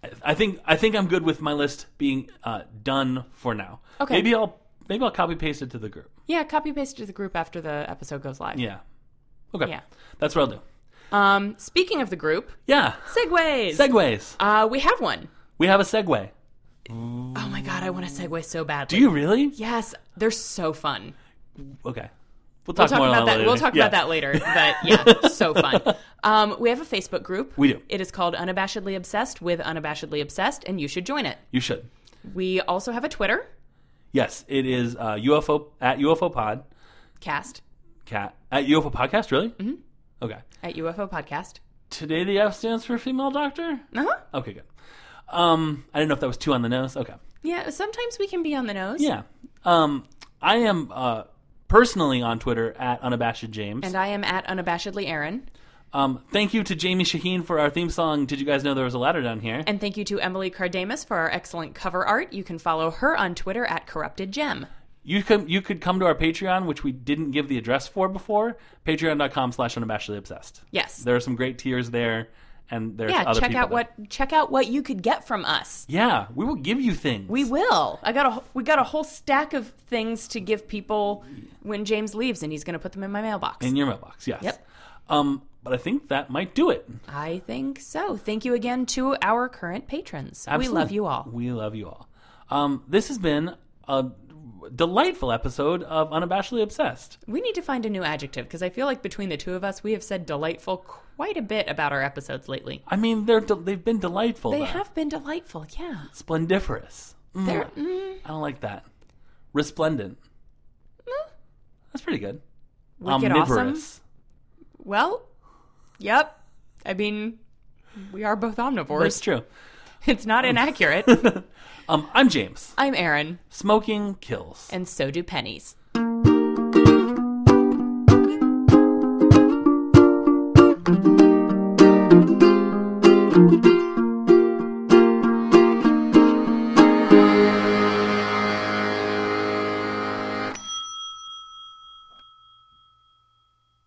Speaker 2: I- I think I think I'm good with my list being uh, done for now.
Speaker 3: Okay.
Speaker 2: Maybe I'll maybe I'll copy paste it to the group.
Speaker 3: Yeah, copy paste to the group after the episode goes live.
Speaker 2: Yeah. Okay.
Speaker 3: Yeah.
Speaker 2: That's what I'll do.
Speaker 3: Um, speaking of the group,
Speaker 2: Yeah.
Speaker 3: segues.
Speaker 2: Segways.
Speaker 3: uh, we have one.
Speaker 2: We have a segue.
Speaker 3: Oh my god, I want to segue so badly.
Speaker 2: Do you really?
Speaker 3: Yes, they're so fun.
Speaker 2: Okay. We'll
Speaker 3: We'll
Speaker 2: talk,
Speaker 3: talk
Speaker 2: more
Speaker 3: about
Speaker 2: on
Speaker 3: that.
Speaker 2: Later.
Speaker 3: We'll talk
Speaker 2: Yeah.
Speaker 3: about that later. But yeah, so fun. Um, we have a Facebook group.
Speaker 2: We do.
Speaker 3: It is called Unabashedly Obsessed with Unabashedly Obsessed, and you should join it.
Speaker 2: You should.
Speaker 3: We also have a Twitter
Speaker 2: Yes, it is uh, UFO at UFO Pod
Speaker 3: cast
Speaker 2: cat at UFO Podcast. Really? Mm-hmm. Okay.
Speaker 3: at UFO Podcast.
Speaker 2: Today the F stands for female doctor.
Speaker 3: Uh huh.
Speaker 2: Okay, good. Um, I didn't know if that was two on the nose. Okay.
Speaker 3: Yeah. Sometimes we can be on the nose.
Speaker 2: Yeah. Um, I am uh, personally on Twitter at unabashed James.
Speaker 3: And I am at Unabashedly Aaron.
Speaker 2: um, thank you to Jamie Shaheen for our theme song. Did you guys know there was a ladder down here?
Speaker 3: And thank you to Emily Cardamus for our excellent cover art. You can follow her on Twitter at Corrupted Gem.
Speaker 2: you can you could come to our Patreon, which we didn't give the address for before. Patreon.com slash unabashedly obsessed.
Speaker 3: Yes.
Speaker 2: There are some great tiers there, and there's
Speaker 3: yeah.
Speaker 2: other
Speaker 3: Check
Speaker 2: people
Speaker 3: out
Speaker 2: there.
Speaker 3: what check out what you could get from us.
Speaker 2: Yeah, we will give you things.
Speaker 3: We will. I got a wh- we got a whole stack of things to give people when James leaves, and he's going to put them in my mailbox.
Speaker 2: in your mailbox. Yes.
Speaker 3: Yep.
Speaker 2: Um, but I think that might do it.
Speaker 3: I think so. Thank you again to our current patrons. We
Speaker 2: Absolutely.
Speaker 3: love you all.
Speaker 2: We love you all. Um, this has been a delightful episode of Unabashedly Obsessed.
Speaker 3: We need to find a new adjective because I feel like between the two of us, we have said delightful quite a bit about our episodes lately.
Speaker 2: I mean, they're de- they've been delightful.
Speaker 3: They
Speaker 2: though.
Speaker 3: have been delightful. Yeah,
Speaker 2: splendiferous. Mm,
Speaker 3: they're mm,
Speaker 2: I don't like that. Resplendent. That's pretty good.
Speaker 3: wicked awesome.
Speaker 2: Omnivorous.
Speaker 3: Well, yep. I mean, we are both
Speaker 2: That's
Speaker 3: omnivores.
Speaker 2: true.
Speaker 3: It's not inaccurate.
Speaker 2: Um, I'm James.
Speaker 3: I'm Aaron,
Speaker 2: Smoking kills.
Speaker 3: and so do pennies.